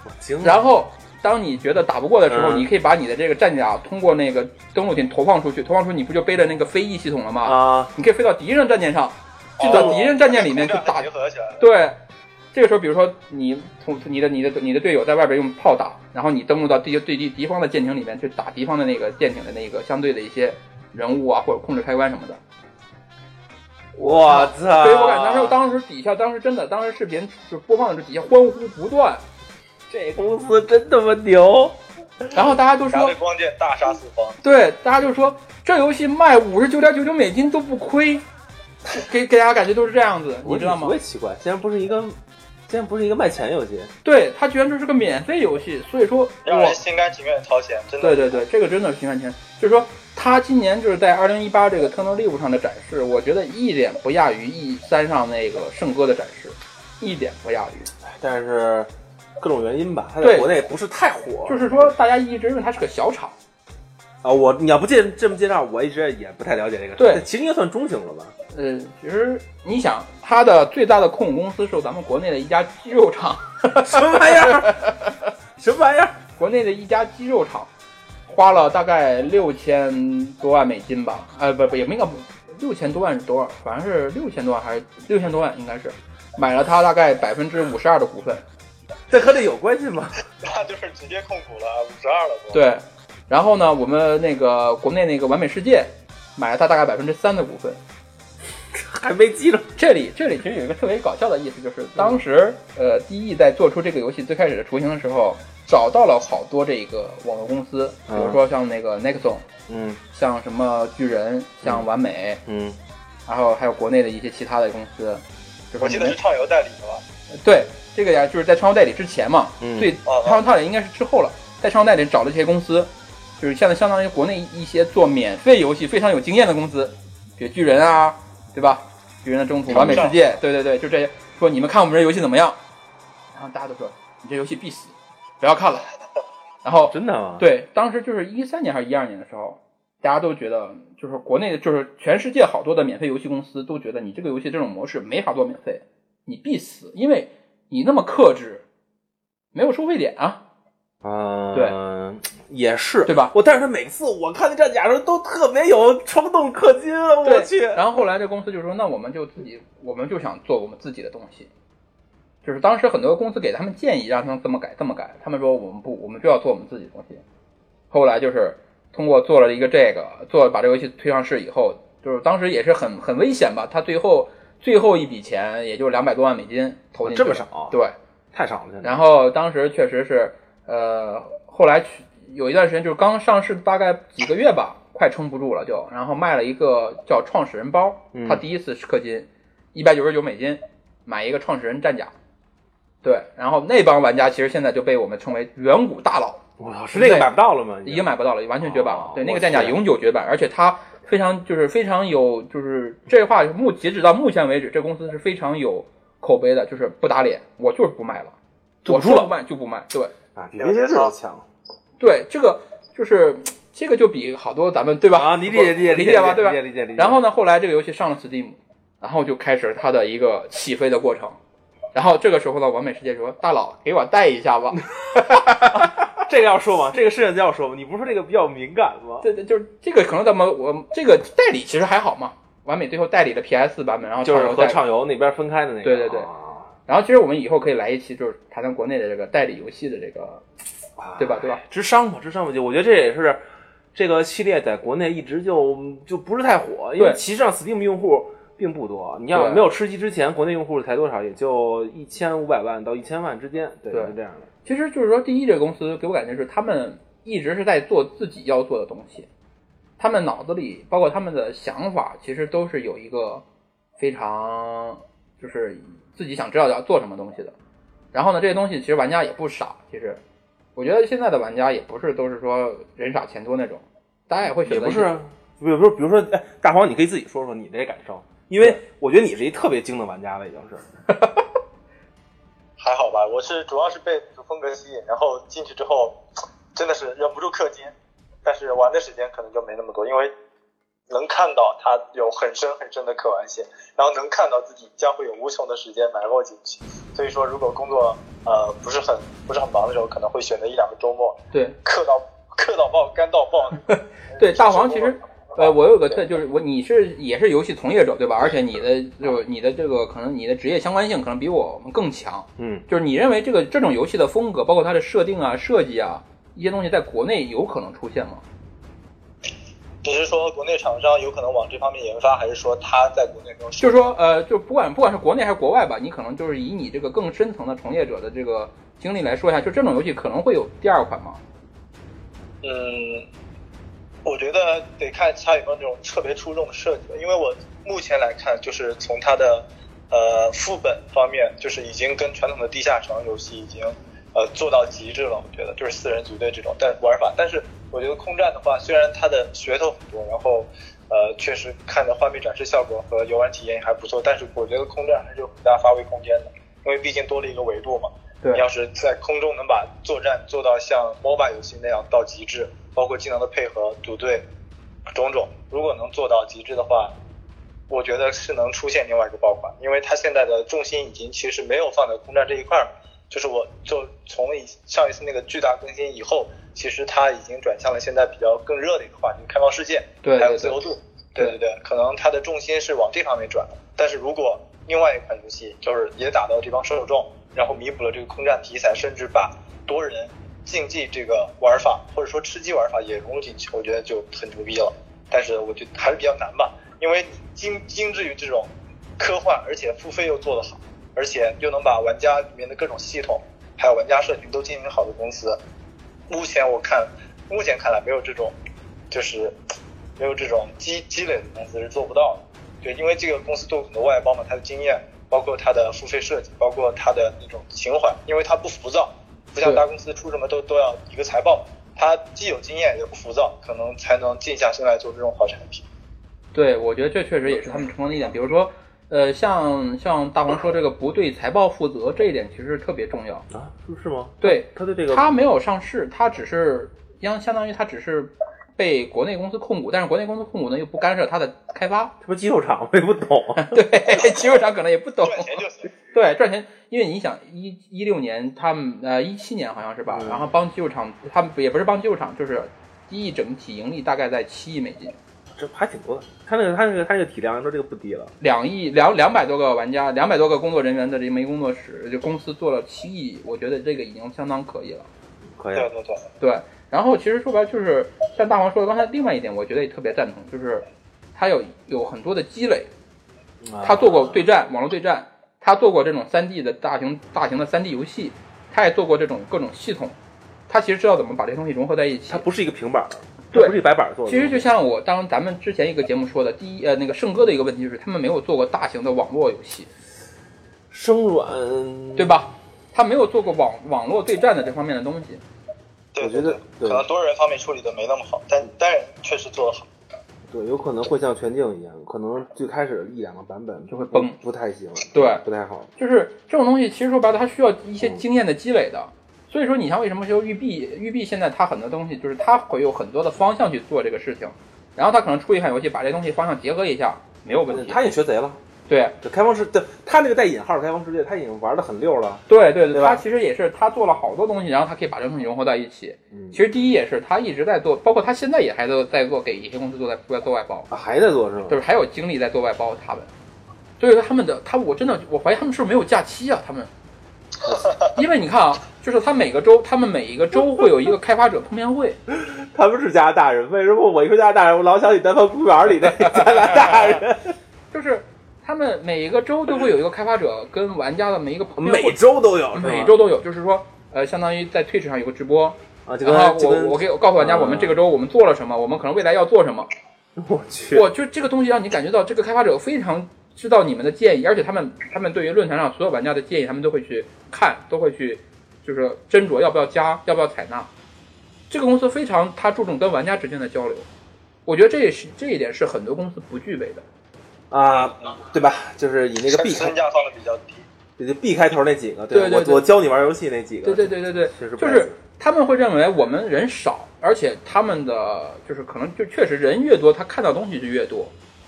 C: 我惊了，
D: 然后当你觉得打不过的时候，
C: 嗯
D: 你可以把你的这个战甲通过那个登陆艇投放出去，投放出去你不就背着那个飞翼系统了吗？
C: 啊，
D: 你可以飞到敌人战舰上，
E: 哦
D: 进到敌人战舰里面去
E: 空战
D: 打。
E: 结合起来了。
D: 对，这个时候比如说你从你的你的你的队友在外边用炮打，然后你登陆到敌对敌敌方的舰艇里面去打敌方的那个舰艇的那个相对的一些人物啊，或者控制开关什么的。
C: 我操！
D: 啊所以我感觉当时当时底下当时真的当时视频就播放的时候底下欢呼不断，
C: 这公司真他妈牛！
D: 然后大家都
E: 拿
D: 说
E: 着光剑大杀四方，
D: 对，大家就说这游戏卖五十九点九九美金都不亏，给给大家感觉都是这样子，你知道吗
C: 我也？奇怪，竟然不是一个，竟然不是一个卖钱游戏。
D: 对，它居然就是个免费游戏，所以说
E: 让人
D: 我，
E: 心甘情愿掏钱，真的。
D: 对对对，这个真的是挺赚钱。就是说，它今年就是在二零一八这个 t u r n l 上的展示，我觉得一点不亚于 E 三上那个圣歌的展示，一点不亚于。
C: 哎但是各种原因吧，它在
D: 对
C: 国内不是太火。
D: 就是说，大家一直认为它是个小厂，
C: 啊，我你要不介这么介绍，我一直也不太了解这个。
D: 对
C: 但其实应该算中型了吧？
D: 呃，其实你想，它的最大的控股公司是咱们国内的一家鸡肉厂。
C: 什么玩意儿？ 什么玩意儿？
D: 国内的一家鸡肉厂，花了大概六千多万美金吧，呃，不不也没个六千多万是多少，反正是六千多万还是六千多万应该是，买了它大概百分之五十二的股份，
C: 这和这有关系吗？
E: 那就是直接控股了，五十二了都。
D: 对，然后呢，我们那个国内那个完美世界买了它大概百分之三的股份，
C: 还没记着。
D: 这里这里其实有一个特别搞笑的意思，就是当时呃，DE 在做出这个游戏最开始的雏形的时候，找到了好多这个网络公司，比如说像那个 Nexon。
C: 嗯
D: 像什么巨人、像完美，
C: 嗯，
D: 然后还有国内的一些其他的公司，就
E: 我
D: 是
E: 记
D: 你
E: 得
D: 们
E: 是畅游代理的吧？
D: 对，这个呀，就是在昌游代理之前嘛，
C: 嗯
D: 所以昌游代理应该是之后了，在昌游代理找了这些公司，就是现在相当于国内一些做免费游戏非常有经验的公司，比如巨人啊，对吧？巨人的征途、完美世界，对对对，就这些。说你们看我们这游戏怎么样？然后大家都说你这游戏必死，不要看了。然后
C: 真的啊吗？，
D: 对，当时就是一三年还是一二年的时候，大家都觉得就是国内就是全世界好多的免费游戏公司都觉得你这个游戏这种模式没法做免费，你必死，因为你那么克制，没有收费点啊。
C: 啊、
D: 对
C: 也是，
D: 对吧
C: 我但是他每次我看那战甲的时候都特别有冲动氪金，啊我去，
D: 然后后来这公司就说，那我们就自己，我们就想做我们自己的东西。就是当时很多公司给他们建议，让他们这么改，这么改。他们说我们不，我们就要做我们自己的东西。后来就是通过做了一个这个，做把这游戏推上市以后，就是当时也是很很危险吧。他最后最后一笔钱也就两百多万美金投进去
C: 啊这
D: 了，
C: 么少
D: 对，
C: 太少了，现在。
D: 然后当时确实是，呃，后来去有一段时间就是刚上市大概几个月吧，快撑不住了就，然后卖了一个叫创始人包
C: 嗯，
D: 他第一次是氪金，一百九十九美金买一个创始人战甲，对，然后那帮玩家其实现在就被我们称为远古大佬，
C: 我操，是那个买不到了吗？
D: 已经买不到了，完全绝版了
C: 哦。
D: 对，
C: 我
D: 那个战甲
C: 去
D: 永久绝版，而且它非常就是非常有就是这话目截止到目前为止，这公司是非常有口碑的，就是不打脸，我就是不卖了，
C: 就
D: 我
C: 不出
D: 说
C: 了
D: 不卖就不卖。对
C: 啊，比 VC 制都强。
D: 对，这个就是这个就比好多咱们对吧？
C: 啊，你理解理解
D: 理
C: 解
D: 吧？对吧
C: 理？解理解理解。
D: 然后呢，后来这个游戏上了 Steam，然后就开始它的一个起飞的过程。然后这个时候呢，完美世界说：“大佬，给我带一下吧。”
C: 啊这个要说吗？这个事情就要说吗？你不是说这个比较敏感吗？
D: 对对，就是这个可能咱们我这个代理其实还好嘛，完美最后代理了 PS 版本，然后
C: 就是
D: 畅游代
C: 和
D: 理
C: 畅游那边分开的那个。
D: 对对对
C: 啊
D: 然后其实我们以后可以来一期，就是谈谈国内的这个代理游戏的这个，
C: 啊
D: 对吧？对吧？
C: 智商吧，智商吧，就我觉得这也是这个系列在国内一直就就不是太火，因为
D: 对
C: 其实上 Steam 用户并不多。你要
D: 对
C: 没有吃鸡之前，国内用户才多少？也就一千五百万到一千万之间，对，
D: 对
C: 就这样的。
D: 其实就是说，第一，这个公司给我感觉是他们一直是在做自己要做的东西，他们脑子里包括他们的想法，其实都是有一个非常就是自己想知道要做什么东西的。然后呢，这些东西其实玩家也不傻，其实嗯我觉得现在的玩家也不是都是说人傻钱多那种，大家也会选
C: 也
D: 择
C: 不
D: 一
C: 是啊，比如说，比如说，哎，大黄，你可以自己说说你这感受，因为我觉得你是一特别精的玩家了，已经是。
E: 还好吧，我是主要是被主风格吸引，然后进去之后，真的是忍不住氪金，但是玩的时间可能就没那么多，因为能看到它有很深很深的可玩性，然后能看到自己将会有无穷的时间埋没进去，所以说如果工作呃不是很不是很忙的时候，可能会选择一两个周末
D: 对
E: 氪到 氪到爆，干到爆。
D: 对，大黄其实，呃，我有个特就是我你是也是游戏从业者对吧？而且你的就是你的这个可能你的职业相关性可能比我们更强。
C: 嗯，
D: 就是你认为这个这种游戏的风格，包括它的设定啊、设计啊一些东西，在国内有可能出现吗？
E: 只是说国内厂商有可能往这方面研发，还是说它在国内没有市
D: 就
E: 场？
D: 是说，呃，就不管不管是国内还是国外吧，你可能就是以你这个更深层的从业者的这个经历来说一下，就这种游戏可能会有第二款吗？
E: 嗯，我觉得得看它有没有那种特别出众的设计，因为我目前来看，就是从它的呃副本方面，就是已经跟传统的地下城游戏已经呃做到极致了。我觉得就是四人组队这种但玩法，但是我觉得空战的话，虽然它的噱头很多，然后呃确实看着画面展示效果和游玩体验也还不错，但是我觉得空战还是有很大发挥空间的，因为毕竟多了一个维度嘛。你要是在空中能把作战做到像 MOBA 游戏那样到极致，包括技能的配合、组队种种，如果能做到极致的话，我觉得是能出现另外一个爆款，因为它现在的重心已经其实没有放在空战这一块儿，就是我就从以上一次那个巨大更新以后，其实它已经转向了现在比较更热的一个话题——开放世界，
D: 对
E: 还有
D: 对
E: 自
D: 对
E: 由度。对对对，可能它的重心是往这方面转，但是如果另外一款游戏就是也打到这帮受众，然后弥补了这个空战题材，甚至把多人竞技这个玩法或者说吃鸡玩法也融入进去，我觉得就很牛逼了。但是我觉得还是比较难吧，因为精精致于这种科幻，而且付费又做得好，而且又能把玩家里面的各种系统还有玩家社群都经营好的公司，目前我看，目前看来没有这种，就是没有这种积积累的公司是做不到的。对，因为这个公司都有很多外包嘛，他的经验包括它的付费设计，包括它的那种情怀，因为它不浮躁，不像
D: 对
E: 大公司出什么都都要一个财报，它既有经验也不浮躁，可能才能静下心来做这种好产品。
D: 对，我觉得这确实也是他们成功的一点。比如说，呃，像像大黄说这个不对财报负责这一点，其实特别重要。
C: 啊，是是吗？
D: 对，
C: 他对这个
D: 它没有上市，它只是相相当于它只是被国内公司控股，但是国内公司控股呢又不干涉它的开发。
C: 什么肌肉厂我也不懂，啊
D: 对，其实厂可能也不懂。
E: 赚钱就行。
D: 对，赚钱，因为你想一一六年他们呃一七年好像是吧，
C: 嗯
D: 然后帮肌肉厂，他们也不是帮肌肉厂，就是一整体盈利大概在七亿美金，
C: 这还挺多的。他那个他那个他那个体量说这个不低了，
D: 两亿两两百多个玩家，两百多个工作人员的这枚工作室，就公司做了七亿，我觉得这个已经相当可以了。
C: 可以
E: 对
C: 了。
E: 对对，
D: 对，然后其实说白了就是像大黄说的刚才另外一点，我觉得也特别赞同，就是他有有很多的积累，
C: 啊
D: 他做过对战、网络对战，他做过这种三 D 的大型大型的三 D 游戏，他也做过这种各种系统，他其实知道怎么把这些东西融合在一起
C: 它。不是一个平板儿，
D: 对
C: 它不是一白板儿做的。
D: 其实就像我当咱们之前一个节目说的，第一呃那个圣哥的一个问题就是他们没有做过大型的网络游戏，
C: 生软，嗯
D: 对？吧？他没有做过网网络对战的这方面的东西。
E: 对
C: 我觉
E: 对
C: 得
E: 可能多人方面处理的没那么好，但单人确实做得好。
C: 对，有可能会像全境一样，可能最开始一两个版本
D: 就会崩
C: 不，不太行，
D: 对
C: 不太好。
D: 就是这种东西，其实说白了，它需要一些经验的积累的。所以说，你像为什么说育碧，育碧现在它很多东西就是它会有很多的方向去做这个事情，然后它可能出一款游戏，把这东西方向结合一下，没有问题。
C: 他也学贼了，
D: 对
C: 这开放世，对他那个带引号的开放世界，他已经玩的很溜了。
D: 对对
C: 对吧
D: 它其实也是它做了好多东西，然后它可以把这东西融合在一起。
C: 嗯
D: 其，实第一也是它一直在做，包括它现在也还在在做给一些公司做在做外包，
C: 啊还在做是吗？
D: 就是还有精力在做外包他们。所以说他们的他，我真的我怀疑他们是不是没有假期啊？他们，因为你看啊，就是他每个周，他们每一个周会有一个开发者碰面会，
C: 他们是加拿大人，为什么我一说加拿大人，我老想起《南方公园》里的加拿大人？
D: 就是他们每一个周都会有一个开发者跟玩家的每一个碰 面
C: 每
D: 会，
C: 周都有，是吧
D: 每周都有，就是说呃，相当于在 Twitch 上有个直播，
C: 啊，就跟
D: 然后
C: 就
D: 我
C: 跟
D: 我给我告诉玩家
C: 嗯
D: 我们这个周我们做了什么，我们可能未来要做什么，
C: 我去，
D: 我就这个东西让你感觉到这个开发者非常知道你们的建议，而且他们他们对于论坛上所有玩家的建议，他们都会去看，都会去就是斟酌要不要加，要不要采纳。这个公司非常他注重跟玩家之间的交流，我觉得这也是这一点是很多公司不具备的。
C: 啊，对吧？就是以那个 B 开
E: 身，价放的比较低，
C: 就是 B 开头那几个，吧
D: 对对
C: 我
D: 对
C: 我教你玩游戏那几个，
D: 对对对对对
C: 确实，不
D: 就
C: 太
D: 是他们会认为我们人少，而且他们的就是可能就确实人越多，他看到东西就越多，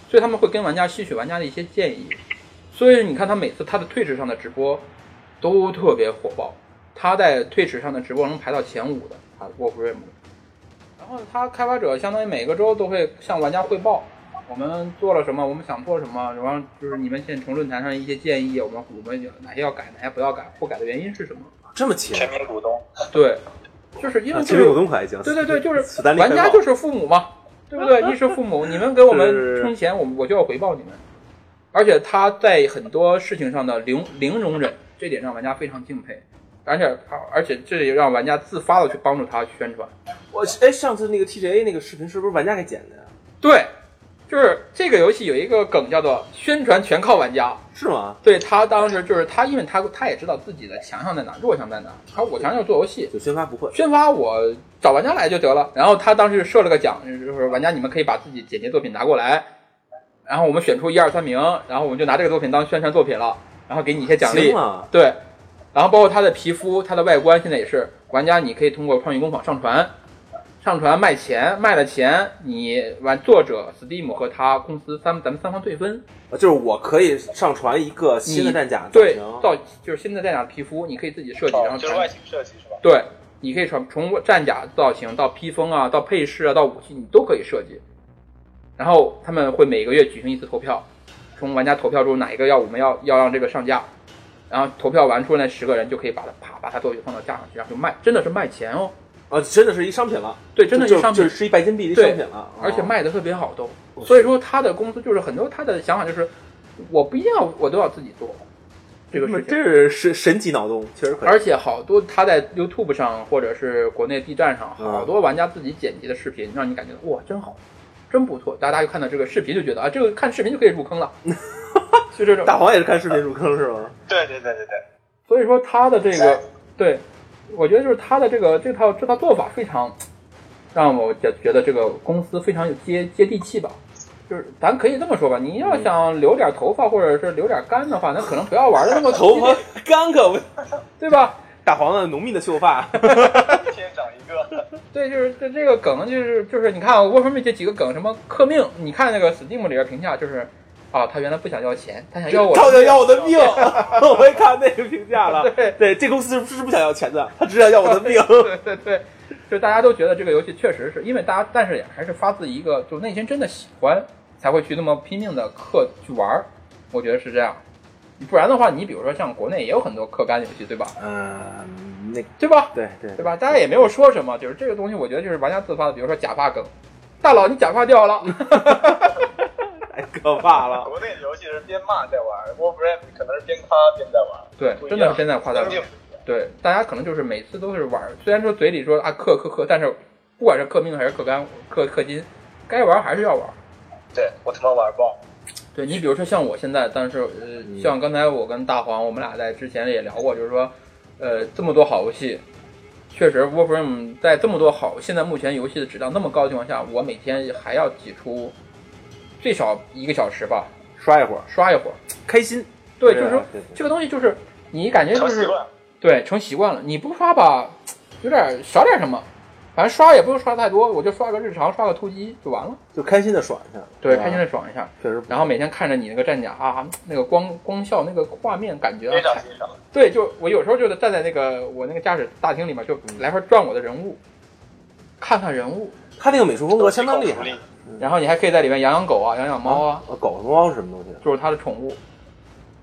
D: 所以他们会跟玩家吸取玩家的一些建议。所以你看他每次他的 Twitch 上的直播都特别火爆，他在 Twitch 上的直播能排到前五的，他 Wolfram。然后他开发者相当于每个周都会向玩家汇报。我们做了什么？我们想做什么？然后就是你们现在从论坛上一些建议，我们我们有哪些要改，哪些不要改，不改的原因是什么？
C: 这么勤，
E: 全民股东。
D: 对，就是因
C: 啊
D: 为
C: 全民
D: 就
C: 股
D: 是
C: 东可还行，
D: 对对对，就是
C: 斯坦利
D: 玩家
C: 开炮
D: 就是父母嘛，对不对？衣食父母，你们给我们
C: 是
D: 充钱，我们我就要回报你们。而且他在很多事情上的零零容忍，这点让玩家非常敬佩。而且他，而且这也让玩家自发的去帮助他宣传。
C: 我哎，上次那个 TGA 那个视频是不是玩家给剪的呀？
D: 对，就是这个游戏有一个梗叫做“宣传全靠玩家”，
C: 是吗？
D: 对他当时就是他，因为他他也知道自己的强项在哪，弱项在哪。他说我强项就是做游戏，
C: 就宣发不会，
D: 宣发我找玩家来就得了。然后他当时设了个奖，就是玩家你们可以把自己剪辑作品拿过来，然后我们选出一二三名，然后我们就拿这个作品当宣传作品了，然后给你一些奖励
C: 行。啊，
D: 对，然后包括它的皮肤、它的外观，现在也是玩家你可以通过创意工坊上传，上传卖钱，卖了钱你玩作者 Steam 和他公司三咱们三方对分，
C: 就是我可以上传一个新的
D: 你
C: 战甲造
D: 对
C: 型，
D: 造就是现在战甲皮肤你可以自己设计，然后
E: 哦，就是
D: 传
E: 外形设计是吧？
D: 对，你可以从从战甲造型到披风啊，到配饰啊，到武器，你都可以设计。然后他们会每个月举行一次投票，从玩家投票中哪一个要我们要要让这个上架，然后投票完出来十个人就可以把它啪把它作品放到架上去，然后就卖，真的是卖钱哦，
C: 啊，真的是一商品了，
D: 对，真的
C: 就是
D: 商
C: 就
D: 品
C: 是，是哦一拜金币的
D: 对
C: 商品了，
D: 而且
C: 哦
D: 卖的特别好都。所以说他的公司就是很多他的想法就是，我不一定要我都要自己做这个事情。
C: 这是神神级脑洞，确实可以。
D: 而且好多他在 YouTube 上或者是国内 B 站上，
C: 嗯
D: 好多玩家自己剪辑的视频，让你感觉 哇，真好，真不错。大家就看到这个视频就觉得啊，这个看视频就可以入坑了。就这种。
C: 大黄也是看视频入坑是吗？
E: 对对对对对，
D: 所以说他的这个，对，我觉得就是他的这个这套这套做法非常，让我觉觉得这个公司非常有接接地气吧。就是咱可以这么说吧，你要
C: 嗯
D: 想留点头发或者是留点干的话，那可能不要玩的那么
C: 头发干可不，
D: 对吧？
C: 大黄的浓密的秀 发，
E: 一天长一个，
D: 对，就是这这个梗就是就是你看啊 w a r f r a m e 这几个梗，什么克命，你看那个 Steam 里边评价就是啊，他原来不想要钱，他想要哎我的
C: 他想要我的命。我也看那个评价了，
D: 对
C: 对，这公司是不想要钱的，他只想要我的命。
D: 对对对，就大家都觉得这个游戏确实是因为大家，但是也还是发自一个就内心真的喜欢，才会去那么拼命的氪去玩儿，我觉得是这样。不然的话，你比如说像国内也有很多氪肝游戏，对吧？
C: 嗯，那
D: 对吧？
C: 对对
D: 对吧？大家也没有说什么，就是这个东西，我觉得就是玩家自发的。比如说假发梗，大佬你假发掉了，
C: 太可怕了。
E: 国内游戏是边骂在玩，Warframe 可能是边夸边在玩，
D: 对
E: 不，一
D: 真
E: 样
D: 的是现在夸大
E: 心境
D: 了。对，大家可能就是每次都是玩儿，虽然说嘴里说啊氪氪氪，但是不管是氪命还是氪肝、氪氪金，该玩儿还是要玩儿。
E: 对我他妈玩爆，
D: 对你比如说像我现在，但是呃，像刚才我跟大黄，我们俩在之前也聊过，就是说，呃，这么多好游戏，确实 Warframe 在这么多好，现在目前游戏的质量那么高的情况下，我每天还要挤出最少一个小时吧，
C: 刷一会儿，
D: 刷一会儿。
C: 开心。
D: 对，
C: 对
D: 就是说
C: 啊对对
D: 这个东西就是你感觉
C: 哎
D: 就
E: 成习
D: 是
E: 惯。
D: 对成习惯了，你不刷吧，有点少点什么，反正刷也不用刷太多，我就刷个日常，刷个突击就完了，
C: 就开心的爽一下。
D: 对，
C: 吧
D: 开心的爽一下。
C: 确实不。
D: 然后每天看着你那个战甲啊，那个光光效那个画面感觉啊
E: 欣，赏欣赏，
D: 对，就我有时候就站在那个我那个驾驶大厅里面，就来回转我的人物，看看人物，
C: 他那个美术风格相当厉害
E: 口福。利
C: 嗯
D: 然后你还可以在里面养养狗啊，养养猫啊，
C: 呃，狗熊猫是什么东西
D: 就是它的宠物。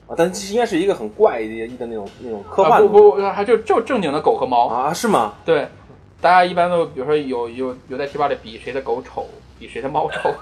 C: 啊？但这应该是一个很怪异的那种那种科
D: 啊
C: 幻
D: 不
C: 的东西
D: 不，还就就正经的狗和猫。
C: 啊？是吗？
D: 对，大家一般都比如说有有有在贴吧里比谁的狗丑，比谁的猫丑，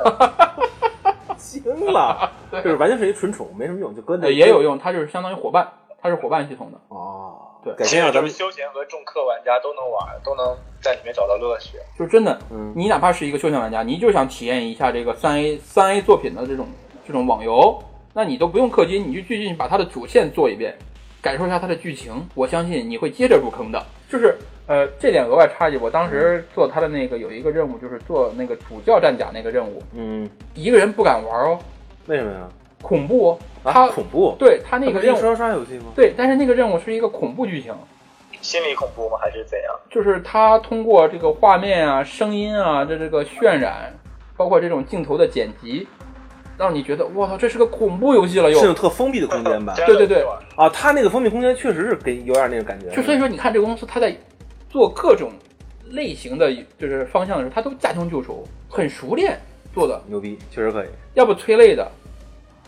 C: 惊 了，就是完全是一纯宠，没什么用，就搁那
D: 对呃也有用，它就是相当于伙伴，它是伙伴系统的。
C: 哦。
D: 对
C: 改天让咱
E: 就
C: 们
E: 是休闲和重氪玩家都能玩，都能在里面找到乐趣。
D: 就真的
C: 嗯，
D: 你哪怕是一个休闲玩家，你就想体验一下这个三 A 三 A 作品的这种这种网游，那你都不用氪金，你就去进把它的主线做一遍，感受一下它的剧情，我相信你会接着入坑的。就是呃，这点额外插一句，我当时做他的那个有一个任务，就是做那个主教战甲那个任务，
C: 嗯，
D: 一个人不敢玩哦，
C: 为什么呀？
D: 恐怖哦，他、
C: 啊，恐怖。
D: 对他
C: 它
D: 那
C: 不
D: 个
C: 是一
D: 任务，
C: 刷刷游戏吗？
D: 对，但是那个任务是一个恐怖剧情，
E: 心理恐怖吗？还是怎样？
D: 就是它通过这个画面啊、声音啊、这这个渲染，包括这种镜头的剪辑，让你觉得我操，这是个恐怖游戏了又
C: 是。那种特封闭的空 间吧？
E: 真的
D: 对对对
E: 去玩
C: 啊，它那个封闭空间确实是给有点那种感觉。
D: 就所以说，你看这个公司，它在做各种类型的就是方向的时候，它都驾轻就熟，很熟练做的，
C: 牛逼，确实可以。
D: 要不催泪的，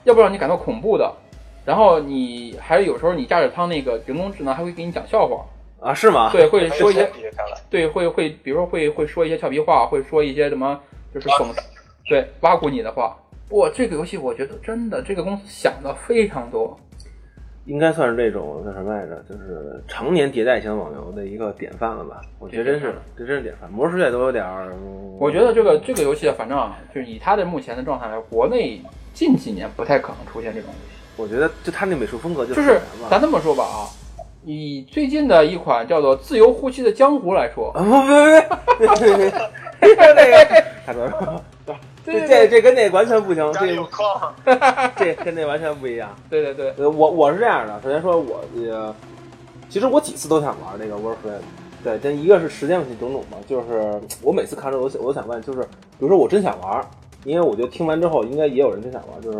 D: 要不让你感到恐怖的，然后你还有时候你驾驶舱那个人工智能还会给你讲笑话，
C: 啊，是吗？
D: 对，会
E: 还是
D: 说一些
E: 先比着看了，
D: 对，会会，比如说会会说一些俏皮话，会说一些什么，就是讽，对，挖苦你的话。哇，这个游戏我觉得真的，这个公司想的非常多。
C: 应该算是这种叫什么来着，就是常年迭代型网游的一个典范了吧？我觉得真是，这真是典范。魔兽世界都有点儿，嗯
D: 我觉得这个这个游戏啊，反正啊，就是以它的目前的状态来，国内近几年不太可能出现这种游戏。
C: 我觉得就他那美术风格就
D: 就
C: 很
D: 是
C: 难
D: 咱
C: 吧。
D: 这么说吧啊，以最近的一款叫做《自由呼吸的江湖》来说，
C: 啊不不不，别那个大哥，这这这跟那完全不行，
E: 家里有
C: 这
E: 矿，
C: 这跟那完全不一样。
D: 对对对，
C: 呃，我我是这样的，首先说我呃，其实我几次都想玩那个 Warframe，对，但一个是时间问题种种吧，就是我每次看这游戏，我都想问，就是比如说我真想玩，因为我觉得听完之后应该也有人真想玩，就是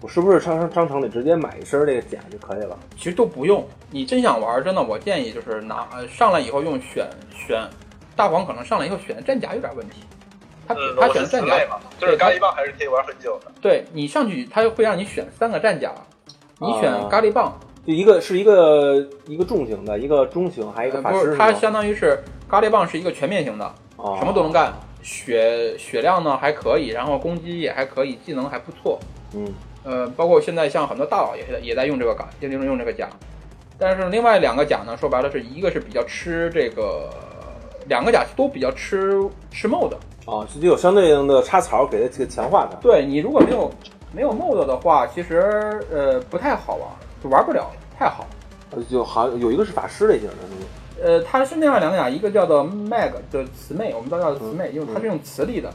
C: 我是不是商商商城里直接买一身这个甲就可以了？
D: 其实都不用。你真想玩，真的，我建议就是拿呃上来以后用选选，大黄可能上来以后选战甲有点问题，他
E: 嗯，
D: 他
E: 我
D: 选
E: 是
D: 战
E: 室
D: 甲
E: 内嘛，就是咖喱棒还是可以玩很久的。
D: 对你上去，它会让你选三个战甲，你选
C: 啊
D: 咖喱棒，
C: 就一个是一个一个重型的，一个中型，还有一个
D: 呃
C: 法
D: 不
C: 师
D: 是啊
C: 是吗，
D: 它相当于是咖喱棒是一个全面型的，
C: 哦
D: 什么都能干，血血量呢还可以，然后攻击也还可以，技能还不错，
C: 嗯，
D: 呃，包括现在像很多大佬也在也在用这个甲，也在用这个甲，但是另外两个甲呢，说白了是一个是比较吃这个，两个甲都比较吃吃 mod，
C: 啊哦，就有相对应的插槽给它这个强化它。
D: 对你如果没有没有 mod 的话，其实呃不太好玩，就玩不了，太好。
C: 呃就好像有一个是法师类型的那种，
D: 呃，它是另外两个甲，一个叫做 mag，就是慈妹，我们都叫
C: 嗯
D: 慈妹，因为它是用磁力的，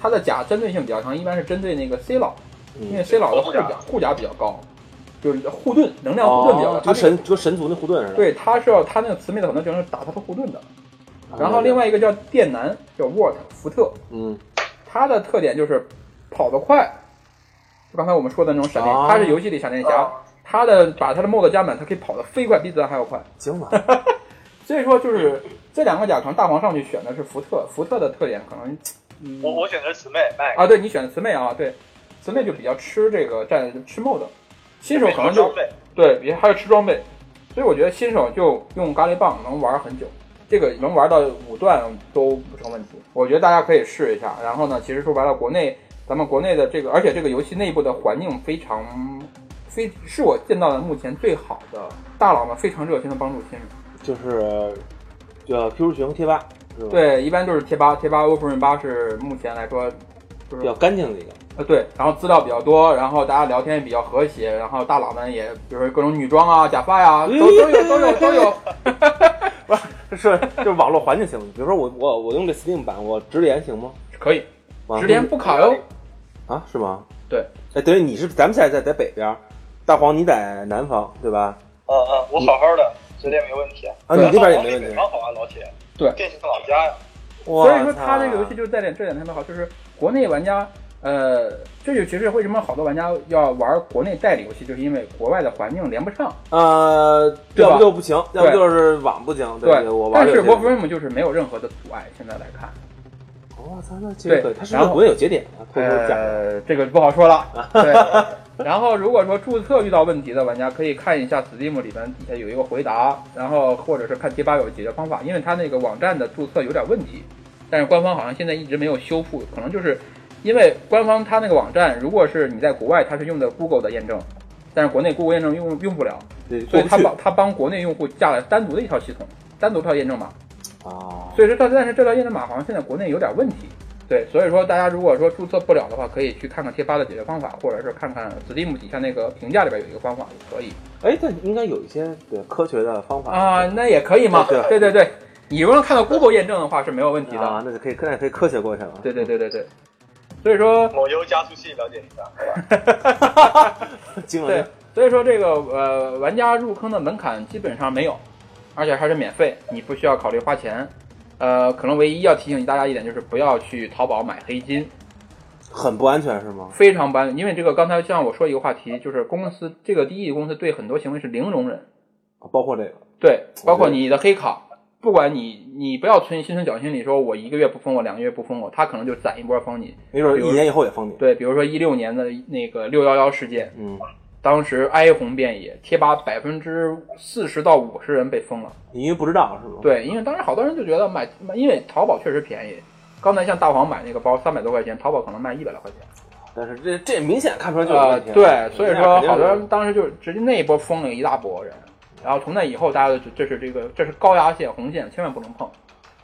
D: 它的甲针对性比较强，一般是针对那个 C 老，因为
C: 嗯，
D: C 老的护
E: 护甲
D: 甲护甲比较高，就是护盾能量护盾比较高
C: 哦，。
D: 它
C: 就
D: 那个
C: 神就神族那护盾似的。
D: 对，它是要它那个慈妹的很多技能是打它的护盾的。
C: 啊，
D: 然后另外一个叫电男，叫 Ward 福特，
C: 嗯，
D: 它的特点就是跑得快，就刚才我们说的那种闪电，
C: 哦
D: 它是游戏里闪电侠，它的把它的 mod 加满，它可以跑得飞快，比子弹还要快。
C: 行吧，
D: 所以说就是这两个甲，可能大黄上去选的是福特，福特的特点可能
E: 我我选择慈妹麦，
D: 啊，对你选的慈妹啊，对，慈妹就比较吃这个战吃 mod，新手可能就
E: 装备，
D: 对，也还有吃装备，所以我觉得新手就用咖喱棒能玩很久，这个能玩到五段都不成问题。我觉得大家可以试一下。然后呢，其实说白了，国内咱们国内的这个，而且这个游戏内部的环境非常非是我见到的目前最好的大佬们非常热心的帮助新手。
C: 就是叫 QQ 群贴吧，是吧？，
D: 对，一般就是贴吧，贴吧 o p e n 八是目前来说就是
C: 比较干净的一个。
D: 呃，对，然后资料比较多，然后大家聊天也比较和谐，然后大佬们也，比如说各种女装啊、假发呀、都都 有都有都有。
C: 不是，就是网络环境行吗？比如说我我我用这 Steam 版，我直连行吗？
D: 可以，
C: 网
D: 直连不卡哟。
C: 啊，是吗？
D: 对，
C: 哎，等于你是咱们现在在在北边儿，大黄你在南方对吧？
E: 嗯嗯，我好好的，绝对没问题。
C: 啊，
D: 对
C: 你这边也
E: 往
C: 没
E: 北
C: 问题。
E: 方好啊，老铁。
D: 对
E: 电信的老家呀。
C: 哇
D: 所以说它
C: 操
D: 这个游戏就是在点这点特别好，就是国内玩家，呃，这就其实为什么好多玩家要玩国内代理游戏，就是因为国外的环境连不上。
C: 呃，
D: 对吧
C: 要不就不行，要不
D: 对
C: 就是网不行。对，我玩
D: 但
C: 这
D: 是
C: 个
D: w o r f
C: 游
D: r a
C: 戏
D: m 就是没有任何的阻碍，现在来看。
C: 我操，那这个可
D: 对
C: 以它是不是
D: 然后
C: 国内有节点啊？偷偷讲，
D: 呃，这个不好 说了。对，然后如果说注册遇到问题的玩家，可以看一下 Steam 里面底下有一个回答，然后或者是看贴吧有解决方法，因为它那个网站的注册有点问题，但是官方好像现在一直没有修复，可能就是因为官方它那个网站，如果是你在国外，它是用的 Google 的验证，但是国内 Google 验证用用不了，
C: 对，过
D: 所以
C: 不
D: 它
C: 去
D: 帮它帮国内用户架了单独的一套系统，单独一套验证码。
C: 啊。
D: 所以说它，但是这套验证码好像现在国内有点问题。对，所以说大家如果说注册不了的话，可以去看看贴吧的解决方法，或者是看看 Steam 底下那个评价里边有一个方法也可以
C: 哎，但应该有一些对科学的方法
D: 啊，那也可以嘛。
C: 对
D: 对对对，你如果能看到 Google 验证的话是没有问题的。
C: 啊，那就可以，那可以科学过去了。
D: 对 对对对对，所以说
E: 某优加速器了解一下，好吧？
C: 惊
D: 对
C: 了，，
D: 所以说这个呃，玩家入坑的门槛基本上没有，而且还是免费，你不需要考虑花钱。呃，可能唯一要提醒大家一点就是不要去淘宝买黑金，
C: 很不安全是吗？
D: 非常不安，因为这个刚才像我说一个话题，就是公司这个第一公司对很多行为是零容忍，
C: 啊包括这个，
D: 对，包括你的黑卡，不管你你不要存心存侥幸理说我一个月不封我，两个月不封我，他可能就攒一波封你。
C: 没准
D: 比如
C: 一年以后也封你。
D: 对，比如说一六年的那个六幺幺事件，
C: 嗯，
D: 当时哀鸿遍野，贴吧百分之四十到五十人被封了。
C: 你因为不知道是吗？，
D: 对，因为当时好多人就觉得买，买因为淘宝确实便宜，刚才像大黄买那个包三百多块钱，淘宝可能卖一百来块钱。
C: 但是这这明显看出来就是
D: 呃
C: 问，题了
D: 对，所以说好多人当时就直接那一波封了一大波人，然后从那以后大家就这是这个这是高压线红线，千万不能碰。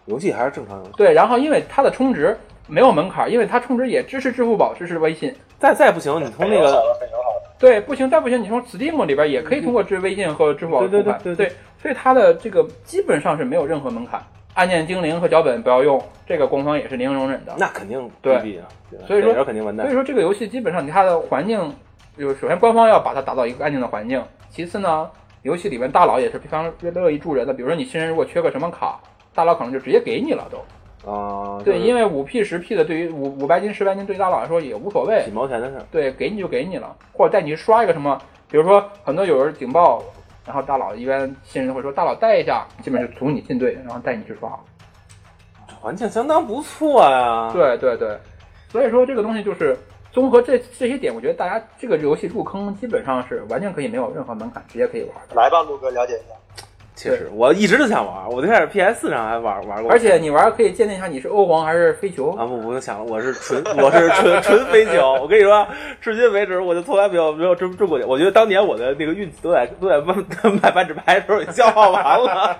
C: 游戏还是正常游戏，
D: 对，然后因为它的充值没有门槛，因为它充值也支持支付宝，支持微信。
C: 再再不行，你从
E: 很
C: 那
E: 友好
C: 个
E: 的，很友好的。
D: 对，不行，再不行，你从 Steam 里边也可以通过支微信和支付宝付
C: 对对
D: 款。
C: 对对对
D: 所以它的这个基本上是没有任何门槛。按键精灵和脚本不要用，这个官方也是零容忍的。
C: 那肯定
D: 对
C: 毙啊，对吧
D: 所以说
C: 逮着肯定完
D: 所以
C: 蛋。
D: 说这个游戏基本上它的环境，就是首先官方要把它打造一个干净的环境，其次呢，游戏里面大佬也是非常乐意助人的。比如说你新人如果缺个什么卡，大佬可能就直接给你了都。
C: 啊，
D: 对，因
C: 为
D: 为五 P 十 P 的对于五五白金十白金对于大佬来说也无所谓
C: 几，毛钱的事儿，
D: 对，给你就给你了，或者带你去刷一个什么，比如说很多有人警报，然后大佬一般新人会说大佬带一下，基本是图你进队，然后带你去刷。
C: 这环境相当不错呀。，
D: 对对对，所以说这个东西就是综合这这些点，我觉得大家这个游戏入坑基本上是完全可以没有任何门槛，直接可以玩的。
E: 来吧，陆哥，了解一下。
C: 确实，我一直都想玩，我最开始 PS 上还玩玩过，
D: 而且你玩可以鉴定一下你是欧皇还是飞球。
C: 啊，不不用想了，我是纯我是纯纯飞球。我跟你说，至今为止我就从来没有没有中中过奖。我觉得当 年我的那个运气都在都在卖卖扳指牌的时候给消耗完了。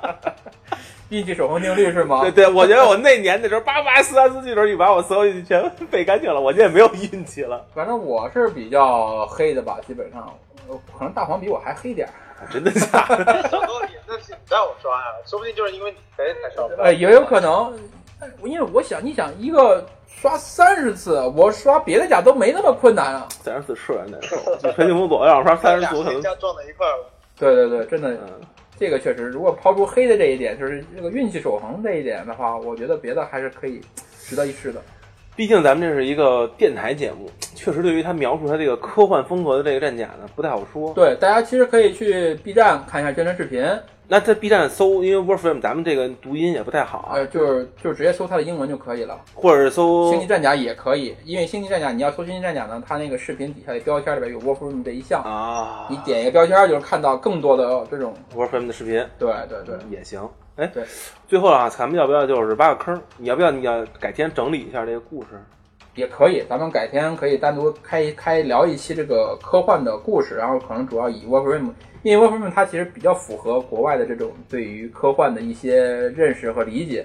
D: 一级守恒定律是吗？
C: 对对，我觉得我那年的时候，八八四三四记的时候，你把我所有运气全背干净了，我这也没有运气了，
D: 反正我是比较黑的吧，基本上，呃可能大黄比我还黑点儿。
C: 啊真的假的？
B: 小狗也那是你让我刷呀、说不定就是因为你肥才刷不到。
C: 哎
D: 呃，也有可能，但是因为我想，你想一个刷三十次，我刷别的家都没那么困难啊。
C: 三十四是那时候，就全景工左让我刷三十
B: 俩
C: 四，我可能
B: 谁家撞在一块儿了？
D: 对对对，真的，
C: 嗯，
D: 这个确实，如果抛出黑的这一点，就是这个运气守恒这一点的话，我觉得别的还是可以值得一试的。
C: 毕竟咱们这是一个电台节目，确实对于他描述他这个科幻风格的这个战甲呢，不太好说。
D: 对，大家其实可以去 B 站看一下宣传视频，
C: 那在 B 站搜，因为 Warframe 咱们这个读音也不太好啊，
D: 呃，就是就直接搜它的英文就可以了。
C: 或者搜
D: 星际战甲也可以，因为星际战甲你要搜星际战甲呢，它那个视频底下的标签里边有 Warframe 这一项，
C: 啊，
D: 你点一个标签就是看到更多的这种。
C: Warframe 的视频
D: 对对对，
C: 也行。哎
D: 对，
C: 最后啊，咱们要不要就是挖个坑？你要不要？你要改天整理一下这个故事？
D: 也可以，咱们改天可以单独开一开聊一期这个科幻的故事，然后可能主要以 Warframe，因为 Warframe 它其实比较符合国外的这种对于科幻的一些认识和理解，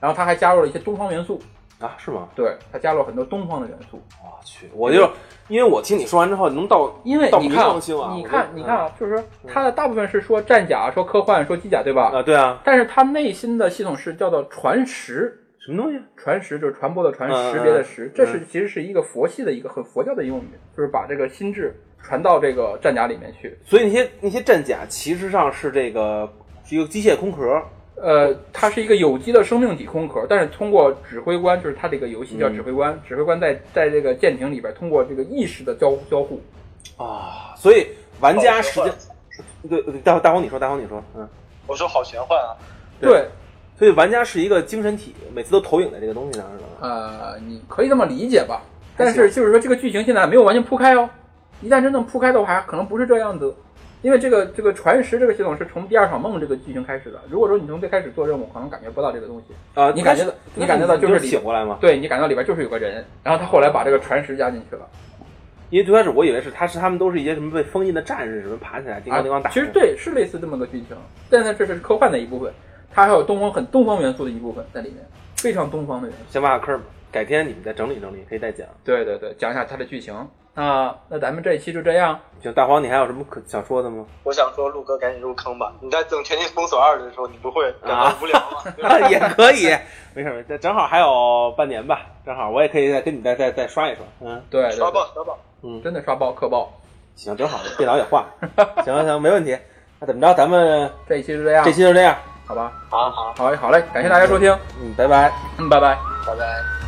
D: 然后它还加入了一些东方元素，
C: 啊，是吗？
D: 对，它加入了很多东方的元素，
C: 我去，我就因为我听你说完之后，能到
D: 因为
C: 到
D: 你
C: 迷
D: 看
C: 上性啊，
D: 你
C: 我
D: 看
C: 就
D: 你看啊，就是说它的大部分是说战甲、说科幻、说机甲，对吧？
C: 啊，对啊，
D: 但是它内心的系统是叫做传识，
C: 什么东西？啊
D: 传识就是传播的传，
C: 嗯
D: 识别的识，这
C: 嗯
D: 是其实是一个佛系的一个很佛教的用语，就是把这个心智传到这个战甲里面去。
C: 所以那些那些战甲其实上是这个是一个机械空壳，
D: 呃，它是一个有机的生命体空壳，但是通过指挥官，就是它这个游戏
C: 嗯
D: 叫指挥官，指挥官在在这个舰艇里边通过这个意识的交交互，
C: 啊，所以玩家时
B: 好
C: 间
B: 玄幻
C: 对对大大黄你说大黄你说嗯，
B: 我说好玄幻啊！
C: 对
D: 对，
C: 所以玩家是一个精神体，每次都投影在这个东西上是吧？
D: 呃，你可以这么理解吧。但
C: 还
D: 是就是说，这个剧情现在还没有完全铺开哦。一旦真正铺开的话，可能不是这样子，因为这个这个传食这个系统是从第二场梦这个剧情开始的。如果说你从最开始做任务，可能感觉不到这个东西。
C: 啊，
D: 你感觉到
C: 那
D: 你感觉到就是是
C: 醒过来吗？
D: 对你感到里边就是有个人，然后他后来把这个传食加进去了
C: 因为最开始我以为是他是他们都是一些什么被封印的战士，什么爬起来叮
D: 啊
C: 当叮当打。
D: 其实，对，是类似这么个剧情，但是这是科幻的一部分，它还有东方很东方元素的一部分在里面，非常东方的元素。
C: 先挖个坑吧，改天你们再整理整理，可以再讲。
D: 对对对，讲一下它的剧情。那那咱们这一期就这样。
C: 行，大黄，你还有什么可想说的 吗？
B: 我想说，陆哥赶紧入坑吧！你在等《全境封锁二》的时候，你不会感
C: 啊
B: 到无聊吗？
C: 啊，也可以，没事没事，正好还有半年吧，正好我也可以再跟你再再再刷一刷，嗯
D: 对对对
B: 刷爆刷爆！
C: 嗯，
D: 真的刷爆磕爆。
C: 行，正好电脑也换了，行行，没问题。那怎么着，咱们
D: 这一期就这样，
C: 这期就这样，
D: 好吧？
B: 好好，
D: 好，好嘞，感谢大家收听，
C: 嗯，拜拜。
D: 嗯，拜拜。
B: 拜拜。